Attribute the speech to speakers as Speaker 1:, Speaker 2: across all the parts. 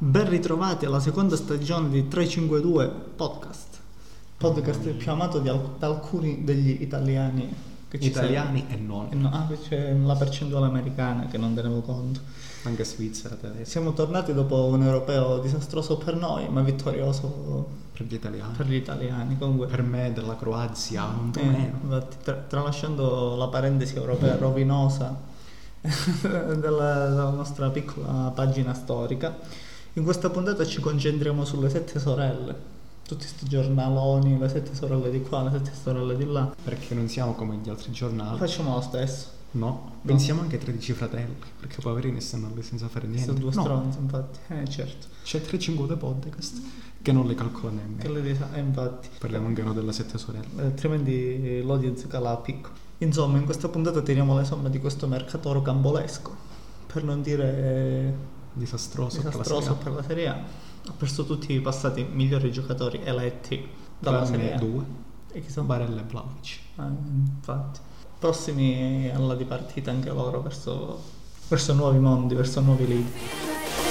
Speaker 1: Ben ritrovati alla seconda stagione di 352 Podcast, podcast più amato di al- da alcuni degli italiani che ci
Speaker 2: italiani e non,
Speaker 1: seguono. Eh no, ah, qui c'è la percentuale americana che non tenevo conto.
Speaker 2: anche Svizzera tedesca,
Speaker 1: Siamo tornati dopo un europeo disastroso per noi, ma vittorioso
Speaker 2: per gli italiani,
Speaker 1: per
Speaker 2: per,
Speaker 1: gli italiani. Comunque,
Speaker 2: me della Croazia, un po'
Speaker 1: Eh,
Speaker 2: meno.
Speaker 1: infatti, tra- tralasciando la parentesi europea rovinosa della, della nostra piccola pagina storica, in questa puntata ci concentriamo sulle sette sorelle. Tutti questi giornaloni, le sette sorelle di qua, le sette sorelle di là.
Speaker 2: Perché non siamo come gli altri giornali,
Speaker 1: Facciamo lo stesso.
Speaker 2: no? Pensiamo anche a 13 fratelli, perché poverini stanno lì senza fare niente.
Speaker 1: Sono due
Speaker 2: No,
Speaker 1: stronzi, infatti. Eh, certo.
Speaker 2: c'è 352 podcast che non le calcola
Speaker 1: Che
Speaker 2: nemmeno.
Speaker 1: le disa- eh, infatti.
Speaker 2: Parliamo anche noi della sette sorelle.
Speaker 1: Eh, altrimenti eh, l'audience cala a picco. Insomma, in questa puntata tiriamo le somme di questo mercatoro cambolesco. Per non dire... eh,
Speaker 2: Disastroso, per la
Speaker 1: disastroso
Speaker 2: Serie
Speaker 1: per la Serie A. Ha perso tutti i passati migliori giocatori eletti
Speaker 2: A.
Speaker 1: dalla Serie
Speaker 2: Tranne
Speaker 1: A.
Speaker 2: due,
Speaker 1: E chi sono?
Speaker 2: Barella e Vlaovic.
Speaker 1: Eh, infatti. Prossimi alla dipartita anche loro verso, verso nuovi mondi, verso nuovi league.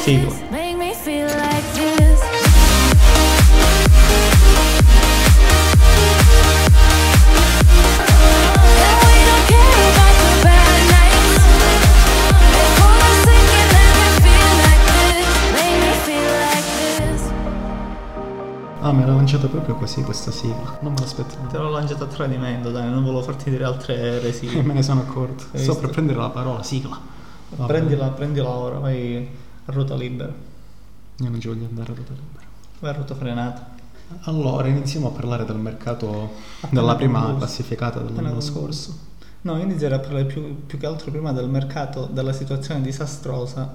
Speaker 1: Sigla.
Speaker 3: Make me feel like this. And we don't care about the bad nights. If all I'm thinking, let me feel like this. Make me feel like this.
Speaker 2: Ah, me l'ha lanciata proprio così questa sigla, non me
Speaker 1: Te
Speaker 2: l'aspettavo.
Speaker 1: l'ho lanciato a tradimento, dai, non volevo farti dire altre
Speaker 2: E
Speaker 1: resilie.
Speaker 2: me ne sono accorto.
Speaker 1: Hai
Speaker 2: Sto
Speaker 1: visto?
Speaker 2: per prendere la parola, sigla. Vabbè,
Speaker 1: prendila, prendila ora, vai a ruota libera.
Speaker 2: Io non ci voglio andare a ruota libera.
Speaker 1: Vai a ruota frenata.
Speaker 2: Allora, iniziamo a parlare del mercato della prima
Speaker 1: concluso.
Speaker 2: classificata dell'anno scorso.
Speaker 1: No, io inizierei a parlare più, più che altro prima del mercato, della situazione disastrosa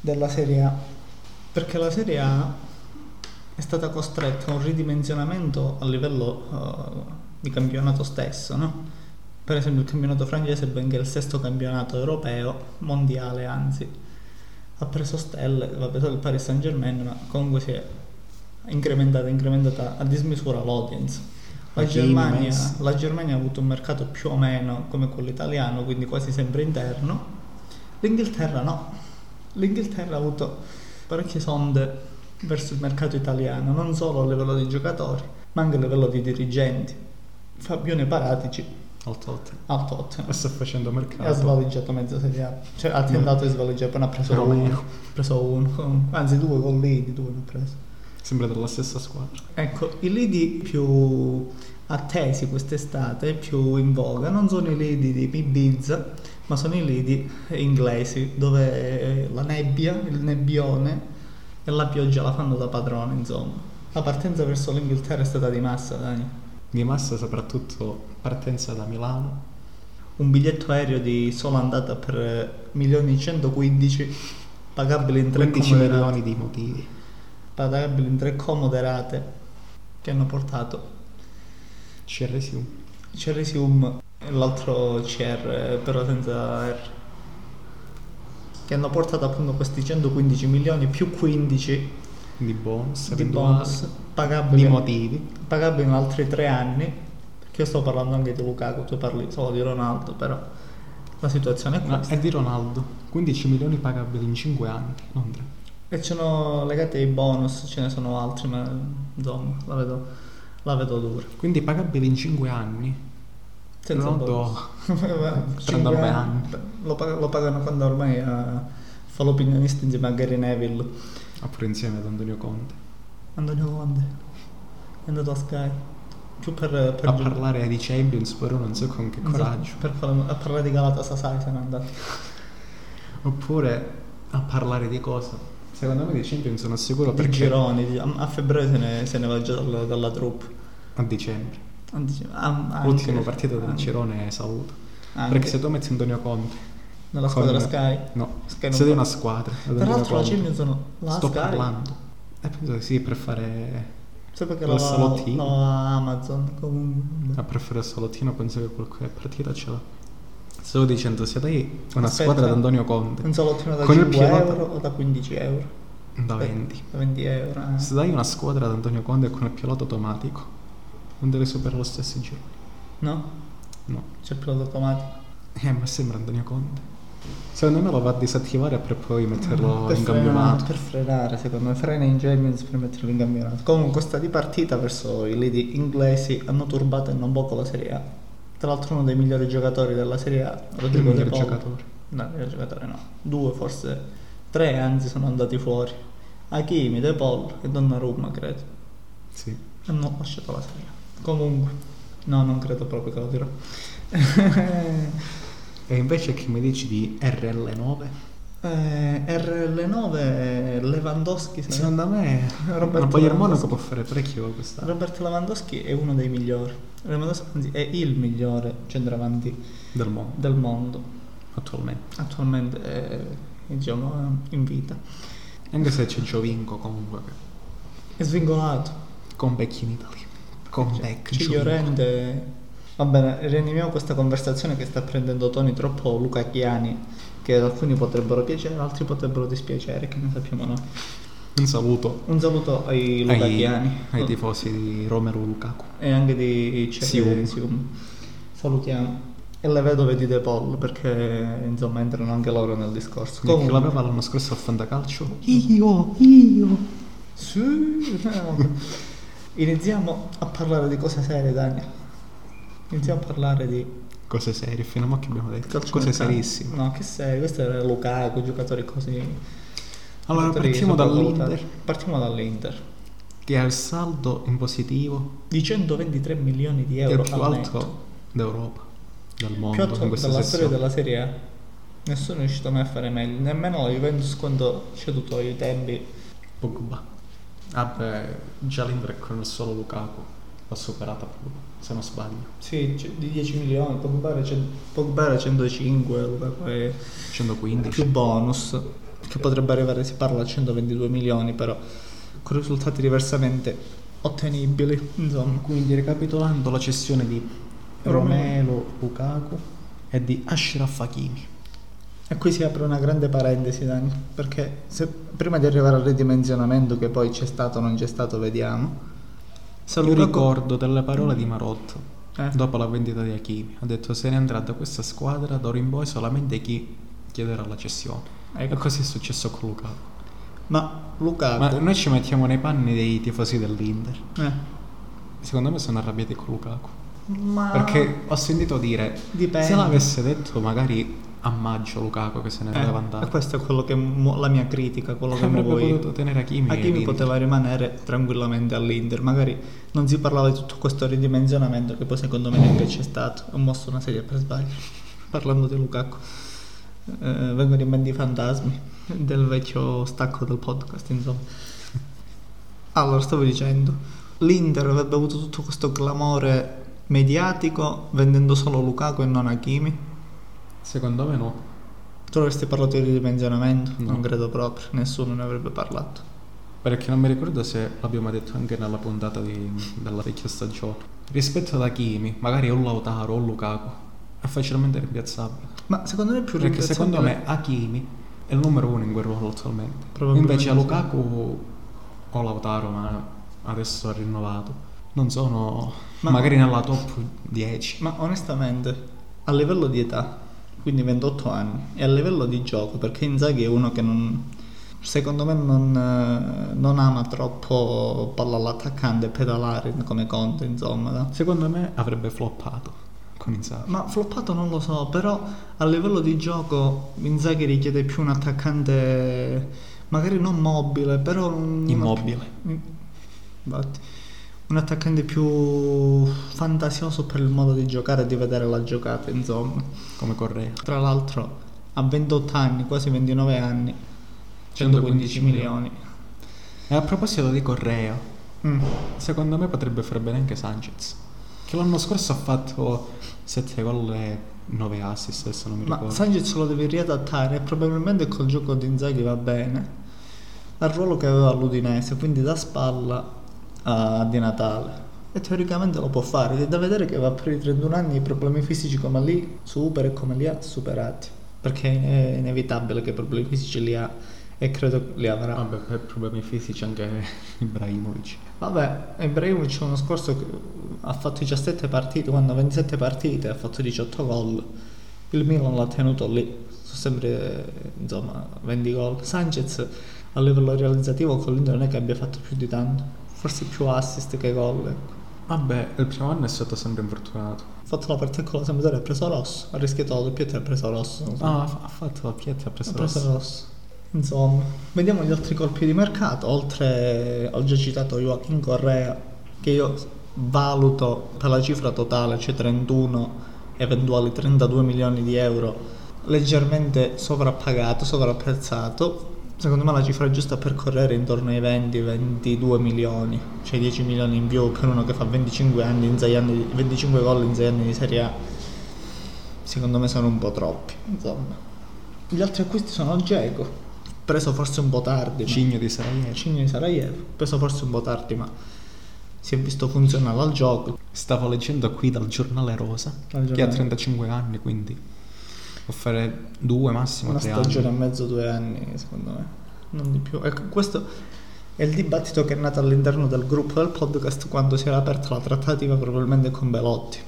Speaker 1: della Serie A, perché la Serie A è stata costretta a un ridimensionamento a livello eh, di campionato stesso, no? Per esempio il campionato francese, benché il sesto campionato europeo, mondiale anzi, ha preso stelle, vabbè, solo il Paris Saint Germain, ma comunque si è incrementata, incrementata a dismisura l'audience. La
Speaker 2: Hakimi,
Speaker 1: Germania,
Speaker 2: Messi.
Speaker 1: la Germania ha avuto un mercato più o meno come quello italiano, quindi quasi sempre interno. L'Inghilterra no. L'Inghilterra ha avuto parecchie sonde verso il mercato italiano, non solo a livello di giocatori, ma anche a livello di dirigenti. Fabione Paratici
Speaker 2: Al tot.
Speaker 1: al Tottenham
Speaker 2: E sto facendo
Speaker 1: e ha
Speaker 2: mercato.
Speaker 1: svaliggiato mezzo Serie A. Cioè ha tentato di svaliggiare, poi ne ha preso
Speaker 2: Romeo.
Speaker 1: uno. Ha preso uno, anzi due con Lidi, due ne ha preso.
Speaker 2: Sembra della stessa squadra.
Speaker 1: Ecco, i lidi più attesi quest'estate, più in voga, non sono i lidi di Ibiza, ma sono i lidi inglesi, dove eh, la nebbia, il nebbione e la pioggia la fanno da padrone, insomma. La partenza verso l'Inghilterra è stata di massa, Dani.
Speaker 2: Di massa soprattutto partenza da Milano.
Speaker 1: Un biglietto aereo di sola andata per eh, 1.115.000, pagabili in tre
Speaker 2: 13
Speaker 1: comode
Speaker 2: milioni di motivi.
Speaker 1: pagabili in tre comode rate, che hanno portato
Speaker 2: CRSU.
Speaker 1: Ceresium e l'altro CR, però senza R. Che hanno portato appunto questi 115 milioni più 15
Speaker 2: Di bonus.
Speaker 1: di
Speaker 2: eventuali,
Speaker 1: bonus pagabili,
Speaker 2: Di motivi.
Speaker 1: pagabili in altri tre anni. Perché io sto parlando anche di Lukaku, tu parli solo di Ronaldo, però la situazione è
Speaker 2: Ma
Speaker 1: questa.
Speaker 2: è Ah, di Ronaldo. 15 milioni pagabili in 5 anni. Non tre.
Speaker 1: E ce sono legati ai bonus, ce ne sono altri, ma insomma, la vedo, la vedo dura.
Speaker 2: Quindi pagabili in 5 anni.
Speaker 1: Senza
Speaker 2: Ronaldo
Speaker 1: bonus.
Speaker 2: Prendo
Speaker 1: Cinque
Speaker 2: ormai
Speaker 1: anni. Lo, pag- lo pagano quando ormai eh, fa l'opinionista insieme a Gary Neville.
Speaker 2: Oppure insieme ad Antonio Conte.
Speaker 1: Antonio Conte è andato a Sky. Più per, per
Speaker 2: A parlare di Champions, però non so con che
Speaker 1: non so,
Speaker 2: coraggio.
Speaker 1: Per fare- a parlare di Galatasaray se n'è andato.
Speaker 2: Oppure a parlare di cosa? Secondo me di Champions sono sicuro
Speaker 1: Per
Speaker 2: perché
Speaker 1: gironi, di- a, a febbraio se ne, se ne va già dalla, dalla troupe.
Speaker 2: a dicembre.
Speaker 1: Ah, dice- ah, anche-
Speaker 2: L'ultima partita del
Speaker 1: anche-
Speaker 2: girone è Saluto.
Speaker 1: anche
Speaker 2: Perché se tu metti Antonio Conte
Speaker 1: Nella
Speaker 2: con-
Speaker 1: squadra Sky.
Speaker 2: No,
Speaker 1: Sky non
Speaker 2: se dei
Speaker 1: fa-
Speaker 2: una squadra. ad
Speaker 1: Tra
Speaker 2: Antonio
Speaker 1: l'altro la
Speaker 2: Conte,
Speaker 1: Champions sono la
Speaker 2: sto
Speaker 1: Sky.
Speaker 2: parlando. E penso che sì, per fare
Speaker 1: Sai perché
Speaker 2: La
Speaker 1: la,
Speaker 2: Salottini.
Speaker 1: la Amazon comunque.
Speaker 2: a preferire eh, Salottino penso che qualche partita ce l'ha. Stavo dicendo, se dai una
Speaker 1: Aspetta.
Speaker 2: squadra di Antonio Conte
Speaker 1: Un salottino da
Speaker 2: Con il
Speaker 1: 5
Speaker 2: pilota-
Speaker 1: euro o da 15 euro?
Speaker 2: da 20,
Speaker 1: Da 20 euro. eh.
Speaker 2: se dai una squadra ad Antonio Conte con il pilota automatico, non deve superare lo stesso giro.
Speaker 1: No?
Speaker 2: No.
Speaker 1: C'è il pilota automatico.
Speaker 2: Eh, ma sembra Antonio Conte. Secondo me lo va a disattivare per poi metterlo
Speaker 1: Mm, per
Speaker 2: in
Speaker 1: frenare-
Speaker 2: campionato.
Speaker 1: Per frenare, secondo me, frena in Champions per metterlo in campionato. Comunque, questa ripartita verso i lidi inglesi hanno turbato e non poco la Serie A. Tra l'altro, uno dei migliori giocatori della Serie A,
Speaker 2: Il
Speaker 1: Rodrigo De
Speaker 2: miglior
Speaker 1: Paul.
Speaker 2: giocatore.
Speaker 1: No, il miglior giocatore no. Due, forse tre, anzi, sono andati fuori. Hakimi, De Paul e Donnarumma, credo.
Speaker 2: Sì.
Speaker 1: Hanno lasciato la Serie A. Comunque, no, non credo proprio che lo dirò.
Speaker 2: E invece che mi dici di RL9?
Speaker 1: Eh, RL9 Lewandowski se ne-
Speaker 2: Secondo me
Speaker 1: Roberto
Speaker 2: Roberto Bayern
Speaker 1: Lewandowski.
Speaker 2: Monaco può fare parecchio quest'anno.
Speaker 1: Robert Lewandowski è uno dei migliori. Lewandowski anzi, è il migliore centravanti
Speaker 2: Del mondo,
Speaker 1: del mondo.
Speaker 2: attualmente.
Speaker 1: Attualmente è diciamo, in vita.
Speaker 2: Anche se c'è Giovinco comunque. che-
Speaker 1: È svingolato.
Speaker 2: Comeback in Italia. Comeback
Speaker 1: Ci
Speaker 2: Giovinco.
Speaker 1: rende. Ecco, Va bene, rianimiamo questa conversazione che sta prendendo toni troppo lucachiani, che ad alcuni potrebbero piacere, ad altri potrebbero dispiacere, che ne sappiamo noi.
Speaker 2: Un saluto
Speaker 1: Un saluto ai
Speaker 2: ai,
Speaker 1: lucachiani.
Speaker 2: ai tifosi di Romero Lukaku.
Speaker 1: e anche di Cech-
Speaker 2: Sium.
Speaker 1: Sium. Salutiamo. E le vedove di De Paul perché insomma entrano anche loro nel discorso.
Speaker 2: Che
Speaker 1: Comunque,
Speaker 2: l'aveva l'anno scorso a Fantacalcio. Io, io.
Speaker 1: sì, no. iniziamo a parlare di cose serie, Daniel. Iniziamo a parlare di
Speaker 2: Cose serie, fino a mo' che abbiamo detto.
Speaker 1: calcio.
Speaker 2: Cose
Speaker 1: mercato.
Speaker 2: serissime.
Speaker 1: No, che serie, questo era Lukaku, giocatori così.
Speaker 2: Allora
Speaker 1: giocatori
Speaker 2: partiamo
Speaker 1: sopravvalutati.
Speaker 2: dall'Inter
Speaker 1: Partiamo dall'Inter.
Speaker 2: che ha il saldo in positivo
Speaker 1: Di 123 milioni di
Speaker 2: è
Speaker 1: euro
Speaker 2: il più
Speaker 1: al
Speaker 2: alto
Speaker 1: netto.
Speaker 2: d'Europa, dal mondo
Speaker 1: più
Speaker 2: in
Speaker 1: alto
Speaker 2: questa
Speaker 1: della storia
Speaker 2: sessione.
Speaker 1: della Serie A. Nessuno è riuscito mai a fare meglio, nemmeno la Juventus quando c'è tutto i tempi.
Speaker 2: Pogba. Ah beh, già l'Inter è con il solo Lukaku l'ha superata Pogba, se non sbaglio.
Speaker 1: Sì, c- di 10 milioni, Pogba era, cen- Pogba era 105, Lukaku è
Speaker 2: 115.
Speaker 1: più bonus, che potrebbe arrivare, si parla a 122 milioni, però con risultati diversamente ottenibili, insomma.
Speaker 2: Quindi ricapitolando la cessione di Romelo Lukaku e di Ashraf Hakimi.
Speaker 1: E qui si apre una grande parentesi, Dani, perché se- prima di arrivare al ridimensionamento che poi c'è stato o non c'è stato, vediamo. Se
Speaker 2: Io
Speaker 1: Lukaku-
Speaker 2: ricordo delle parole di Marotta
Speaker 1: Eh.
Speaker 2: dopo la vendita di Hakimi. Ha detto se ne andrà da questa squadra d'ora in poi solamente chi chiederà la cessione. E
Speaker 1: Ecco.
Speaker 2: così Eh, è successo con Lukaku.
Speaker 1: Ma
Speaker 2: Ma
Speaker 1: Lukaku...
Speaker 2: noi ci mettiamo nei panni dei tifosi dell'Inter.
Speaker 1: eh.
Speaker 2: Secondo me sono arrabbiati con Lukaku.
Speaker 1: Ma
Speaker 2: Perché ho sentito dire,
Speaker 1: Ah. Dipende.
Speaker 2: se l'avesse detto magari a maggio Lukaku che se ne doveva
Speaker 1: eh,
Speaker 2: andare,
Speaker 1: questa è quello che mo- la mia critica, quello che mo
Speaker 2: avrebbe
Speaker 1: voi
Speaker 2: potuto tenere Hakimi.
Speaker 1: Hakimi
Speaker 2: all'Inter.
Speaker 1: poteva rimanere tranquillamente all'Inter, magari non si parlava di tutto questo ridimensionamento che poi secondo me neanche c'è stato. Ho mosso una serie per sbaglio, parlando di Lukaku. Eh, vengono in mente i fantasmi del vecchio stacco del podcast, insomma. Allora, stavo dicendo, l'Inter avrebbe avuto tutto questo clamore mediatico vendendo solo Lukaku e non Hakimi.
Speaker 2: Secondo me no.
Speaker 1: Tu avresti parlato di ridimensionamento?
Speaker 2: No.
Speaker 1: Non credo proprio, nessuno ne avrebbe parlato.
Speaker 2: Perché non mi ricordo se l'abbiamo detto anche nella puntata di- della vecchia stagione. Rispetto ad Hakimi, magari o Lautaro o Lukaku, è facilmente rimpiazzabile.
Speaker 1: Ma secondo me è più
Speaker 2: Perché secondo
Speaker 1: rimpiazzabile-
Speaker 2: me Hakimi è il numero uno in quel ruolo attualmente.
Speaker 1: Probabilmente
Speaker 2: Invece
Speaker 1: sì.
Speaker 2: Lukaku o Lautaro, ma adesso ha rinnovato, non sono
Speaker 1: Ma-
Speaker 2: magari nella top 10.
Speaker 1: Ma onestamente, a livello di età, quindi 28 anni, e a livello di gioco, perché Inzaghi è uno che non... Secondo me non, eh, non ama troppo palla all'attaccante e pedalare come Conte, insomma. no?
Speaker 2: Secondo me avrebbe floppato con Inzaghi.
Speaker 1: Ma floppato non lo so, però a livello di gioco Inzaghi richiede più un attaccante magari non mobile, però un-
Speaker 2: Immobile.
Speaker 1: un- infatti, un attaccante più fantasioso per il modo di giocare e di vedere la giocata, insomma.
Speaker 2: come Correa.
Speaker 1: Tra l'altro a 28 anni, quasi 29 anni, 115
Speaker 2: 115
Speaker 1: milioni.
Speaker 2: E a proposito di Correa,
Speaker 1: Mm.
Speaker 2: secondo me potrebbe fare bene anche Sanchez, che l'anno scorso ha fatto 7 gol e 9 assist, adesso non mi
Speaker 1: Ma
Speaker 2: ricordo.
Speaker 1: Sanchez lo deve riadattare e probabilmente col gioco di Inzaghi va bene al ruolo che aveva l'Udinese, quindi da spalla a Di Natale. E teoricamente lo può fare, è da vedere che va per i 31 anni i problemi fisici come lì supera e come li ha superati, perché è inevitabile che i problemi fisici li ha e credo li avrà.
Speaker 2: Vabbè, per problemi fisici anche Ibrahimovic.
Speaker 1: Vabbè, Ibrahimovic l'anno scorso che ha fatto 17 partite, quando ha 27 partite ha fatto 18 gol. Il Milan l'ha tenuto lì, sempre insomma 20 gol. Sanchez a livello realizzativo con l'Inter non è che abbia fatto più di tanto, forse più assist che gol. Ecco.
Speaker 2: Vabbè, il primo anno è stato sempre infortunato.
Speaker 1: Ha fatto la partita con la Sampdoria, ha preso rosso, ha rischiato la doppietta e ha preso rosso. non so.
Speaker 2: Ah, ha fa- ha fatto la pietra, ha preso
Speaker 1: Ha
Speaker 2: il
Speaker 1: preso
Speaker 2: rosso.
Speaker 1: rosso. Insomma, vediamo gli altri colpi di mercato. Oltre, ho già citato Joaquin Correa, che io valuto per la cifra totale, cioè 31, eventuali 32 milioni di euro, leggermente sovrappagato, sovrapprezzato. Secondo me la cifra giusta per correre è intorno ai 20-22 milioni, cioè 10 milioni in più per uno che fa 25 anni in sei anni, di- 25 gol in 6 anni di Serie A. Secondo me sono un po' troppi, insomma. Gli altri acquisti sono Dzeko, preso forse un po' tardi. ma-
Speaker 2: Cigno di Sarajevo.
Speaker 1: Cigno di Sarajevo, preso forse un po' tardi, ma si è visto funzionare al gioco.
Speaker 2: Stavo leggendo qui dal giornale Rosa,
Speaker 1: Dal
Speaker 2: che ha
Speaker 1: giornale.
Speaker 2: 35 anni, quindi può fare due, massimo
Speaker 1: Una
Speaker 2: tre
Speaker 1: stagione e
Speaker 2: anni.
Speaker 1: mezzo, due anni, secondo me, non di più. Ecco, questo è il dibattito che è nato all'interno del gruppo del podcast quando si era aperta la trattativa probabilmente con Belotti.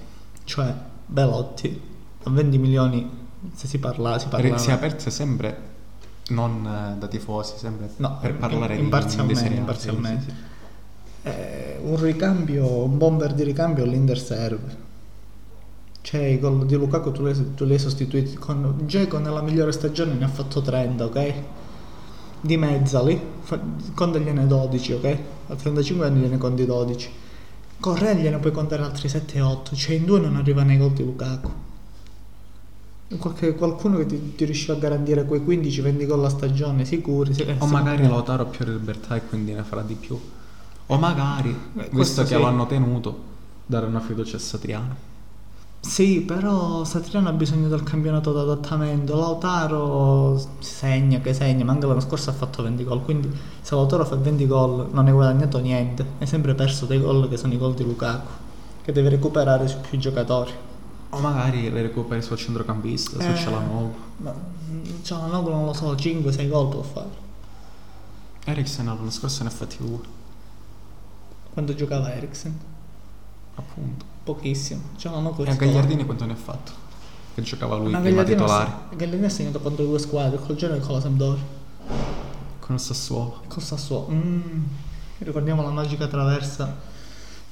Speaker 1: Cioè, Belotti a 20 milioni, se si parla, si
Speaker 2: Re-
Speaker 1: parla.
Speaker 2: Si è aperta sempre, non eh, da tifosi, sempre
Speaker 1: No,
Speaker 2: per parlare di-
Speaker 1: imparzialmente,
Speaker 2: di Serie A, sì,
Speaker 1: imparzialmente.
Speaker 2: sì, sì.
Speaker 1: Eh, un ricambio, un bomber di ricambio all'Inter serve. Cioè, i gol di Lukaku tu li, hai- tu li hai sostituiti con Dzeko nella migliore stagione ne ha fatto 30, ok? Di mezzali, fa- contagliene 12, ok? A 35 anni gliene conti 12. Correa gliene puoi contare altri 7-8, cioè in due non arriva nei gol di Lukaku. Qualche- qualcuno che ti, ti riusciva a garantire quei 15-20 gol la stagione sicuri. sì, eh,
Speaker 2: O
Speaker 1: sì.
Speaker 2: magari Lautaro ha più libertà e quindi ne farà di più. O magari,
Speaker 1: Eh, questo
Speaker 2: visto che
Speaker 1: sì.
Speaker 2: lo hanno tenuto, dare una fiducia a Satriano.
Speaker 1: Sì, però Satriano ha bisogno del campionato d'adattamento. Lautaro segna che segna, ma anche l'anno scorso ha fatto 20 gol. Quindi se Lautaro fa 20 gol non ne ha guadagnato niente. È sempre perso dei gol che sono i gol di Lukaku, che deve recuperare su più giocatori.
Speaker 2: O magari le recuperi sul centrocampista,
Speaker 1: Eh.
Speaker 2: su Cialanoglu.
Speaker 1: Ma mm, Cialanoglu non lo so, 5-6 gol può fare.
Speaker 2: Eriksen l'anno scorso ne ha fatti uno,
Speaker 1: Quando giocava Eriksen,
Speaker 2: appunto.
Speaker 1: pochissimo. Cialanoglu è
Speaker 2: E a
Speaker 1: titolare.
Speaker 2: Gagliardini quanto ne ha fatto? Che giocava lui
Speaker 1: Ma
Speaker 2: prima
Speaker 1: Gagliardini ha-
Speaker 2: titolare,
Speaker 1: Gagliardini ha segnato contro due squadre, col Genoa e con la Sampdoria.
Speaker 2: con il Sassuolo.
Speaker 1: Col Sassuolo. Mm. Ricordiamo la magica traversa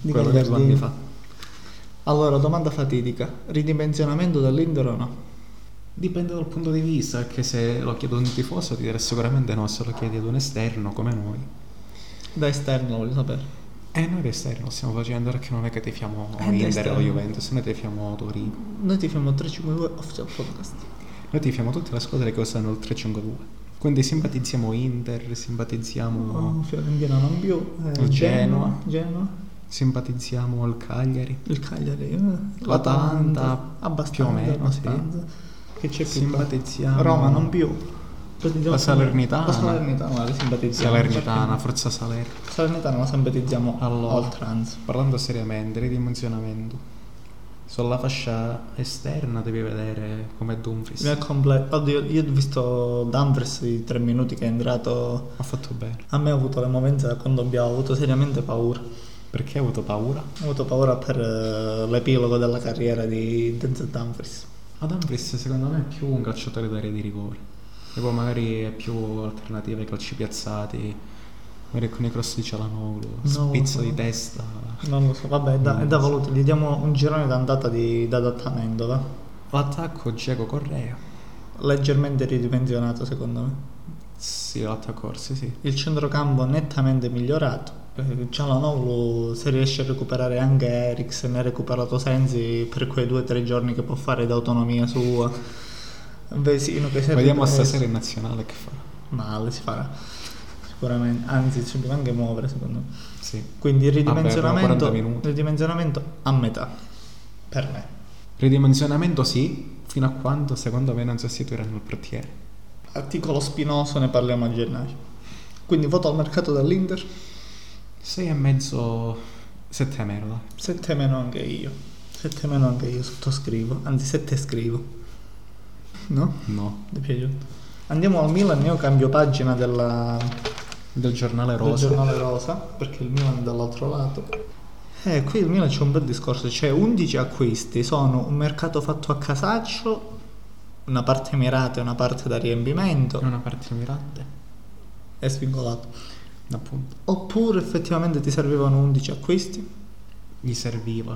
Speaker 1: di
Speaker 2: quello che due anni
Speaker 1: Gagliardini.
Speaker 2: fa.
Speaker 1: Allora, domanda fatidica. Ridimensionamento dell'Inter o no?
Speaker 2: Dipende dal punto di vista, perché se lo chiedo ad un tifoso ti dirà sicuramente no, se lo chiedi ad un esterno come noi.
Speaker 1: Da esterno voglio sapere.
Speaker 2: E noi da esterno stiamo facendo perché non è che tifiamo
Speaker 1: Eh, da
Speaker 2: Inter o
Speaker 1: esterno.
Speaker 2: Juventus, noi tifiamo Torino.
Speaker 1: Noi ti fiamo 352 Official Podcast.
Speaker 2: Noi tifiamo tutte le squadre che usano il 3-5-2. Quindi simpatizziamo Inter, simpatizziamo,
Speaker 1: Oh, Fiorentina non più. eh,
Speaker 2: Il Genoa.
Speaker 1: Genoa.
Speaker 2: simpatizziamo il Cagliari.
Speaker 1: Il Cagliari. eh,
Speaker 2: L'Atalanta,
Speaker 1: Abbastanza.
Speaker 2: più o meno, sì.
Speaker 1: abbastanza. Che c'è più?
Speaker 2: Simpatizziamo
Speaker 1: Roma non più. Simpatizziamo-
Speaker 2: Salernitana.
Speaker 1: La Salernitana la simpatizziamo.
Speaker 2: Salernitana, Forza Salerno.
Speaker 1: La Salernitana la simpatizziamo
Speaker 2: Allora.
Speaker 1: all'oltranza.
Speaker 2: Parlando seriamente, ridimensionamento. Sulla fascia esterna devi vedere com'è Dumfries.
Speaker 1: Il comple- Oddio, io ho visto Danvers di tre minuti che è entrato.
Speaker 2: Ha fatto bene.
Speaker 1: A me ha avuto le movenze da quando abbiamo avuto seriamente paura. Ho
Speaker 2: Perché ha avuto paura?
Speaker 1: avuto paura per eh, l'epilogo della carriera di Denzel Dumfries.
Speaker 2: Ma Dumfries secondo me è più un calciatore d'area di rigore. E poi magari è più alternativa ai calci piazzati. Magari con i cross di Cialanoglu,
Speaker 1: No.
Speaker 2: spizzo di testa.
Speaker 1: Non lo so, vabbè, è da, è da valutare. Gli diamo un girone d'andata di, d'adattamento, va?
Speaker 2: L'attacco Diego Correa.
Speaker 1: Leggermente ridimensionato secondo me.
Speaker 2: Sì, l'attacco sì, sì.
Speaker 1: Il centrocampo nettamente migliorato. Eh, Cialanoglu, se riesce a recuperare anche Eriksen, ha recuperato Sensi per quei due o tre giorni che può fare d'autonomia sua. Vesino che si è
Speaker 2: Vediamo
Speaker 1: ripreso.
Speaker 2: stasera in nazionale che fa.
Speaker 1: Male si farà. Sicuramente, anzi, ci deve anche muovere secondo me.
Speaker 2: Sì.
Speaker 1: Quindi il
Speaker 2: abbiamo 40
Speaker 1: ridimensionamento,
Speaker 2: minuti.
Speaker 1: ridimensionamento a metà. Per me.
Speaker 2: Ridimensionamento sì, fino a quando secondo me non sostituiranno il portiere.
Speaker 1: Articolo spinoso, ne parliamo a gennaio. Quindi voto al mercato dell'Inter,
Speaker 2: 6 e mezzo, 7 meno, dai.
Speaker 1: 7 meno anche io. 7 meno anche io, sottoscrivo. Anzi, 7 scrivo. No?
Speaker 2: No.
Speaker 1: Ti è piaciuto? Andiamo al Milan, io cambio pagina della,
Speaker 2: Del giornale
Speaker 1: del
Speaker 2: rosa.
Speaker 1: giornale rosa perché il Milan è dall'altro lato eh, qui il Milan c'è un bel discorso c'è 11 acquisti sono un mercato fatto a casaccio una parte mirata e una parte da
Speaker 2: È
Speaker 1: riempimento,
Speaker 2: una parte mirante,
Speaker 1: è svincolato.
Speaker 2: appunto.
Speaker 1: Oppure effettivamente ti servivano 11 acquisti
Speaker 2: Gli serviva.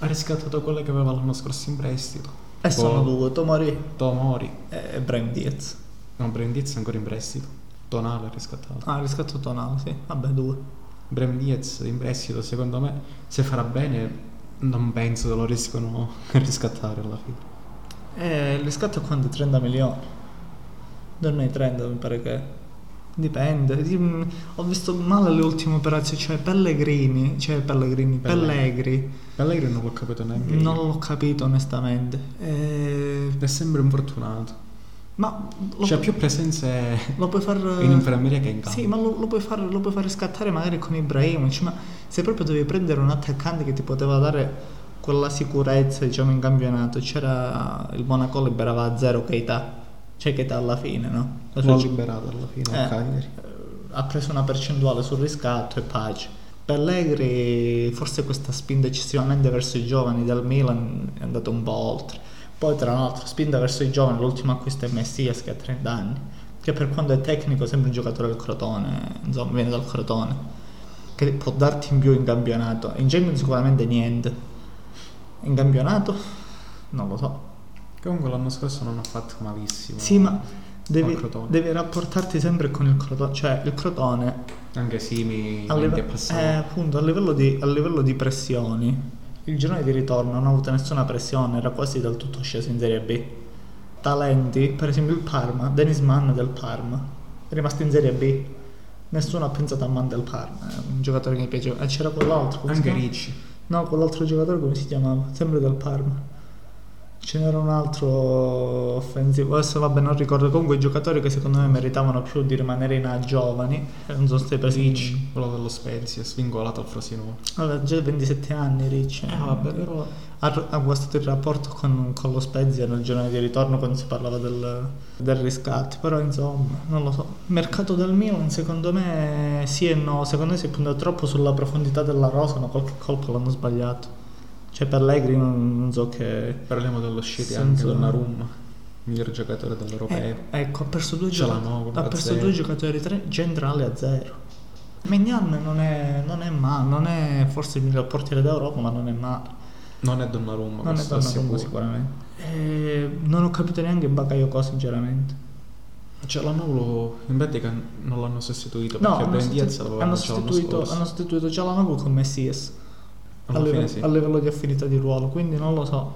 Speaker 2: Ha riscattato quelle che aveva l'anno scorso in prestito.
Speaker 1: e
Speaker 2: Tipo
Speaker 1: sono due, Tomori
Speaker 2: Tomori.
Speaker 1: e Brian Diaz.
Speaker 2: Non Brendizzi ancora in prestito. Tonale ha riscattato.
Speaker 1: Ah, riscatto tonale, sì, vabbè due.
Speaker 2: Brem Diaz in prestito, secondo me, se farà bene, non penso che lo riescano a riscattare alla fine.
Speaker 1: E Eh, il riscatto è quanto? 30 milioni? Non è 30 mi pare che... Dipende. Io, mm, Ho visto male le ultime operazioni, cioè Pellegrini, cioè Pellegrini,
Speaker 2: Pellegrini.
Speaker 1: Pellegri.
Speaker 2: Pellegrini non l'ho capito neanche
Speaker 1: Non
Speaker 2: io.
Speaker 1: l'ho capito onestamente. Eh,
Speaker 2: È sempre infortunato.
Speaker 1: ma lo,
Speaker 2: C'ha più presenze
Speaker 1: lo puoi far...
Speaker 2: Cioè,
Speaker 1: eh,
Speaker 2: in infermeria che in campo.
Speaker 1: Sì, ma lo, lo puoi far, lo puoi far riscattare magari con Ibrahimovic, ma se proprio dovevi prendere un attaccante che ti poteva dare quella sicurezza, diciamo, in campionato, c'era il Monaco liberava a zero Keita, cioè Keita alla fine, no? La sua-
Speaker 2: L'ho liberato alla fine a
Speaker 1: Eh.
Speaker 2: Cagliari.
Speaker 1: ha preso una percentuale sul riscatto e pace. Pellegri, forse questa spinta eccessivamente verso i giovani dal Milan è andata un po' oltre. Poi, tra l'altro, spinta verso i giovani, l'ultimo acquisto è Messias che ha 30 anni, che per quanto è tecnico sembra un giocatore del Crotone, insomma, viene dal Crotone, che può darti in più in campionato. In Champions sicuramente niente. In campionato? Non lo so.
Speaker 2: Comunque l'anno scorso non ha fatto malissimo.
Speaker 1: Sì, ma devi,
Speaker 2: Col Crotone.
Speaker 1: devi rapportarti sempre con il Crotone, cioè il Crotone
Speaker 2: Anche Simi
Speaker 1: a, live-
Speaker 2: è passato.
Speaker 1: eh, appunto, a livello di, a livello di pressioni, il girone di ritorno non ha avuto nessuna pressione, era quasi del tutto sceso in Serie B. Talenti, per esempio il Parma, Dennis Mann del Parma, è rimasto in Serie B. Nessuno ha pensato a Mann del Parma, è un giocatore che mi piaceva. E c'era quell'altro. come si
Speaker 2: Anche
Speaker 1: chiama?
Speaker 2: Ricci.
Speaker 1: No, quell'altro giocatore come si chiamava? Sempre del Parma. Ce n'era un altro offensivo. Adesso vabbè non ricordo. Comunque i giocatori che secondo me meritavano più di rimanere in A giovani. eh, Non sono stati presi.
Speaker 2: Ricci, quello dello Spezia, svingolato al Frosinone.
Speaker 1: Allora, già 27 anni Ricci.
Speaker 2: Eh, vabbè, però
Speaker 1: Ha, ha guastato il rapporto con, con lo Spezia nel giorno di ritorno quando si parlava del, del riscatto. Però insomma, non lo so. Mercato del Milan secondo me sì e no. Secondo me si è puntato troppo sulla profondità della rosa, ma qualche colpo l'hanno sbagliato. Cioè Pellegrini non, non so che...
Speaker 2: parliamo dell'uscita anche
Speaker 1: Senza-
Speaker 2: Donnarumma, miglior giocatore dell'Europeo.
Speaker 1: Eh, ecco, ha perso due,
Speaker 2: C'è la
Speaker 1: giocatori-
Speaker 2: Novum
Speaker 1: ha
Speaker 2: a
Speaker 1: perso
Speaker 2: zero.
Speaker 1: due giocatori tre, generale a zero. Mignan non è, non è male, non è forse il miglior portiere d'Europa, ma non è male.
Speaker 2: Non è Donnarumma,
Speaker 1: Non è
Speaker 2: questo
Speaker 1: Donnarumma
Speaker 2: sicuro.
Speaker 1: sicuramente. Eh, non ho capito neance Bakayoko sinceramente.
Speaker 2: Cioè, Lanoglu in pratica non l'hanno sostituito
Speaker 1: No,
Speaker 2: perché
Speaker 1: hanno,
Speaker 2: Ben Diaz
Speaker 1: sostitu-
Speaker 2: l'aveva
Speaker 1: hanno
Speaker 2: già l'anno
Speaker 1: sostituito,
Speaker 2: scorso.
Speaker 1: hanno sostituito Cialanoglu con Messias a
Speaker 2: Alla
Speaker 1: livello,
Speaker 2: fine sì.
Speaker 1: a livello di affinità di ruolo, quindi non lo so.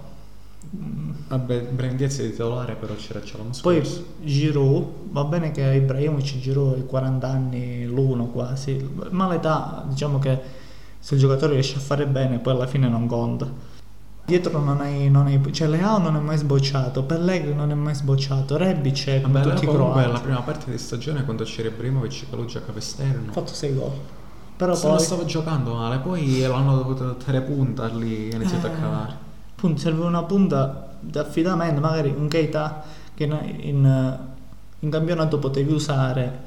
Speaker 1: Mm,
Speaker 2: Vabbè, Ben Diaz è titolare, però c'era già l'anno scorso.
Speaker 1: Poi Giroud, va bene che Ibrahimovic Giroud ha 40 anni l'uno quasi, ma l'età diciamo che se il giocatore riesce a fare bene poi alla fine non conta. Dietro non hai, non hai cioè Leao non è mai sbocciato, Pellegrini non è mai sbocciato, Rebic è come
Speaker 2: Vabbè,
Speaker 1: tutti i
Speaker 2: allora comunque
Speaker 1: croati.
Speaker 2: la prima parte di stagione quando c'era Ibrahimovic che lui giocava esterno.
Speaker 1: Ha fatto 6 gol. Però
Speaker 2: Se
Speaker 1: poi
Speaker 2: non stava giocando male, poi l'hanno dovuto dare punta lì e ha iniziato a
Speaker 1: Eh.
Speaker 2: calare.
Speaker 1: appunto serve una punta d'affidamento, magari un Keita che in, in- in campionato potevi usare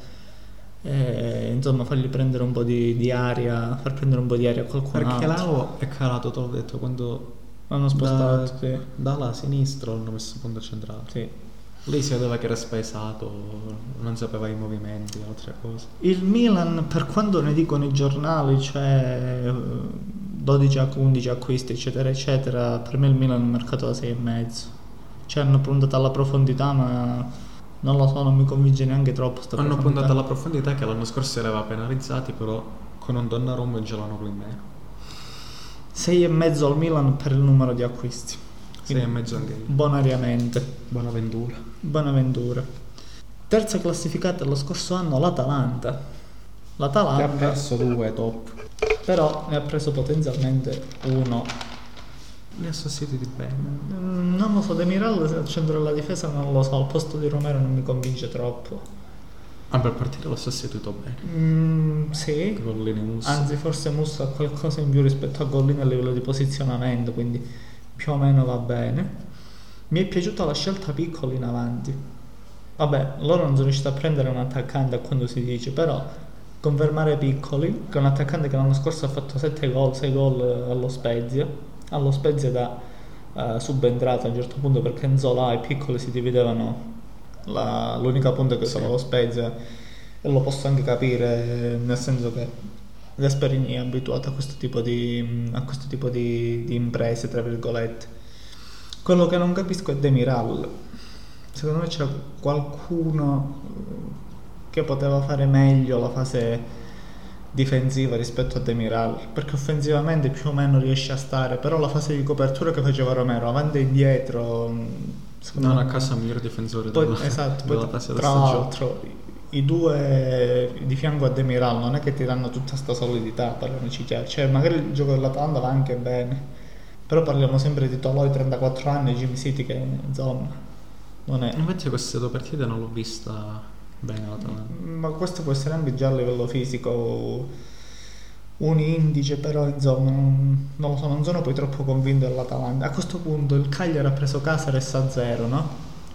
Speaker 1: eh, insomma fargli prendere un po' di, di aria, far prendere un po' di aria a qualcun
Speaker 2: Perché
Speaker 1: altro.
Speaker 2: Lao è calato, te l'ho detto, quando
Speaker 1: L'hanno spostato,
Speaker 2: da,
Speaker 1: sì.
Speaker 2: dalla sinistra l'hanno messo a punto centrale.
Speaker 1: sì.
Speaker 2: Lì si vedeva che era spesato, non sapeva i movimenti, altre cose.
Speaker 1: Il Milan, per quanto ne dicono i giornali, cioè eh, 12 a 11 acquisti, eccetera, eccetera, per me il Milan è un mercato da 6,5. Cioè hanno puntato alla profondità, ma non lo so, non mi convince neanche troppo. Sta
Speaker 2: Hanno
Speaker 1: profondità.
Speaker 2: puntato alla profondità che l'anno scorso erano penalizzati, però con un Donnarumma già l'hanno qui in meno.
Speaker 1: 6,5 al Milan per il numero di acquisti.
Speaker 2: Sei e mezzo anche io.
Speaker 1: Bonariamente.
Speaker 2: Buonaventura.
Speaker 1: Buonaventura. Terza classificata lo scorso anno l'Atalanta.
Speaker 2: Ne ha
Speaker 1: L'Atalanta
Speaker 2: perso due top.
Speaker 1: però ne ha preso potenzialmente uno.
Speaker 2: Li ha sostituiti bene.
Speaker 1: Mm, Non lo so, De Miral al centro della difesa non lo so, al posto di Romero non mi convince troppo.
Speaker 2: Ah, per partire l'ha sostituito bene.
Speaker 1: Mm, sì,
Speaker 2: Con linee musse.
Speaker 1: anzi forse Musso ha qualcosa in più rispetto a Gollini a livello di posizionamento, quindi più o meno va bene. Mi è piaciuta la scelta piccola in avanti. Vabbè, loro non sono riusciti a prendere un attaccante a quando si dice, però confermare piccoli, che è un attaccante che l'anno scorso ha fatto 7 gol, 6 gol eh, allo Spezia, allo Spezia da eh, subentrata a un certo punto perché in Zola i piccoli si dividevano la- l'unica punta che
Speaker 2: Sì.
Speaker 1: sono lo Spezia e lo posso anche capire eh, nel senso che Gasperini è abituato a questo tipo di, a questo tipo di, di imprese tra virgolette quello che non capisco è Demiral secondo me c'è qualcuno eh, che poteva fare meglio la fase difensiva rispetto a Demiral perché offensivamente più o meno riesce a stare però la fase di copertura che faceva Romero avanti e dietro mh, secondo
Speaker 2: Non
Speaker 1: me-
Speaker 2: a casa il miglior difensore
Speaker 1: poi,
Speaker 2: della,
Speaker 1: esatto, poi
Speaker 2: della
Speaker 1: tra
Speaker 2: fase del
Speaker 1: tra
Speaker 2: stagione.
Speaker 1: l'altro i due di fianco a Demiral non è che ti danno tutta sta solidità, parliamoci chiaro, cioè magari il gioco dell'Atalanta va anche bene, però parliamo sempre di Toloi 34 anni e Jimmy City che insomma non è...
Speaker 2: Infatti queste due partite non l'ho vista bene l'Atalanta.
Speaker 1: Ma questo può essere anche già a livello fisico un indice, però insomma non, non lo so, non sono poi troppo convinto dell'Atalanta. A questo punto il Cagliari ha preso Casares a zero, no?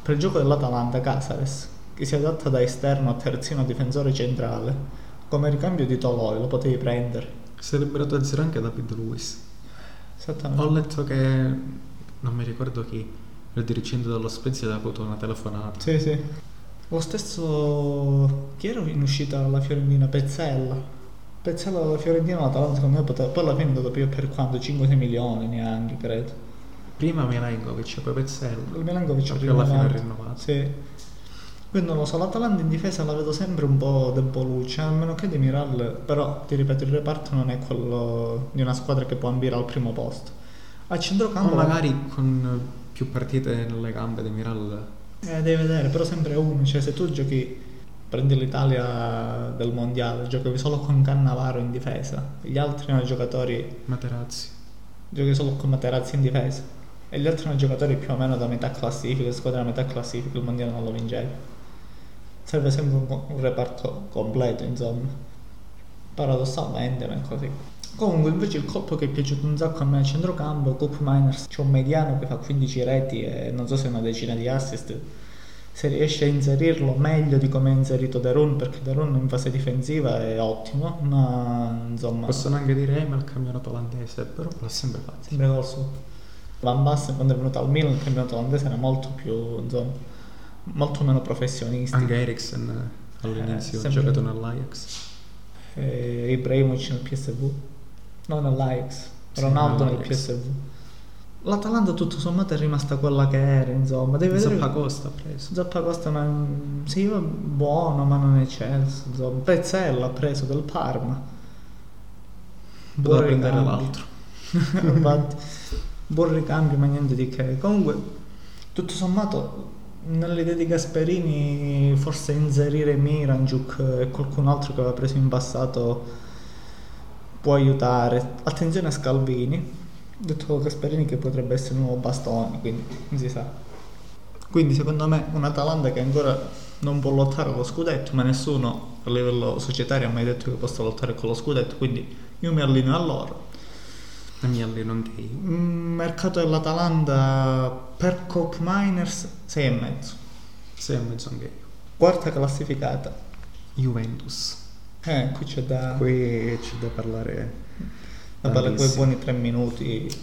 Speaker 1: Per il gioco dell'Atalanta Casares, che si adatta da esterno a terzino difensore centrale, come ricambio di Toloi lo potevi prendere.
Speaker 2: Si è liberato a zero anche David Luiz.
Speaker 1: Esattamente.
Speaker 2: Ho letto che non mi ricordo chi, il dirigente dello Spezia ha avuto una telefonata.
Speaker 1: Sì, sì. Lo stesso... Chi era in uscita dalla Fiorentina? Pezzella. Pezzella dalla Fiorentina l'Atalanta secondo me poteva... Poi alla fine è andato più per quanto? 5-6 milioni neanche, credo.
Speaker 2: Prima Milenkovic, poi Pezzella.
Speaker 1: Il Milankovic
Speaker 2: Perché
Speaker 1: è
Speaker 2: alla fine ha
Speaker 1: rinnovato.
Speaker 2: rinnovato.
Speaker 1: Sì. Quindi non lo so, l'Atalanta in difesa la vedo sempre un po' deboluccia, a meno che di Miral, però ti ripeto, il reparto non è quello di una squadra che può ambire al primo posto. A centrocampo
Speaker 2: O magari con più partite nelle gambe di Miral.
Speaker 1: Eh, devi vedere, però sempre uno, cioè se tu giochi, prendi l'Italia del mondiale, giocavi solo con Cannavaro in difesa, gli altri erano giocatori,
Speaker 2: Materazzi.
Speaker 1: giochi solo con Materazzi in difesa, e gli altri erano giocatori più o meno da metà classifica, squadra da metà classifica, il mondiale non lo vincevi. Serve sempre un, un reparto completo, insomma. Paradossalmente, ma è così. Comunque, invece, il colpo che è piaciuto un sacco a me a centrocampo, Coop Miners, c'è un mediano che fa 15 reti e non so se una decina di assist. Se riesce a inserirlo meglio di come ha inserito Darun, perché Darun in fase difensiva è ottimo, ma insomma...
Speaker 2: Possono anche dire Emel il campionato olandese, però l'ha sempre fatto.
Speaker 1: Sempre col sud. Van Basten quando è venuto al Milan il campionato olandese era molto più, insomma, molto meno professionista.
Speaker 2: Anche Eriksen eh, all'inizio
Speaker 1: Eh, sempre-
Speaker 2: ha giocato nell'Ajax.
Speaker 1: Eh, Ibrahimovic nel PSV, no nell'Ajax,
Speaker 2: Sì,
Speaker 1: Ronaldo nel
Speaker 2: nell'Ajax.
Speaker 1: PSV. L'Atalanta tutto sommato è rimasta quella che era, insomma, devi vedere...
Speaker 2: Zappacosta ha preso.
Speaker 1: Zappacosta ma mm, sì, va buono, ma non è Chelsea, insomma. Pezzella ha preso del Parma.
Speaker 2: Doveva
Speaker 1: Buon
Speaker 2: prendere
Speaker 1: ricambio.
Speaker 2: l'altro.
Speaker 1: Infatti, buon ricambio, ma niente di che. Comunque, tutto sommato, nell'idea di Gasperini, forse inserire Miranjuk e qualcun altro che aveva preso in passato può aiutare. Attenzione a Scalvini. Detto Gasperini che potrebbe essere un nuovo bastone, quindi non si sa. Quindi secondo me un Atalanta che ancora non può lottare con lo scudetto, ma nessuno a livello societario ha mai detto che possa lottare con lo scudetto, quindi io mi allineo a loro.
Speaker 2: E mi alleno anche io.
Speaker 1: Mm, Mercato dell'Atalanta per Coop Miners 6,5.
Speaker 2: Sei in mezzo anche io.
Speaker 1: Quarta classificata.
Speaker 2: Juventus.
Speaker 1: Eh, qui c'è da,
Speaker 2: Qui c'è da parlare.
Speaker 1: da parlare quei
Speaker 2: tantissimo.
Speaker 1: buoni tre minuti.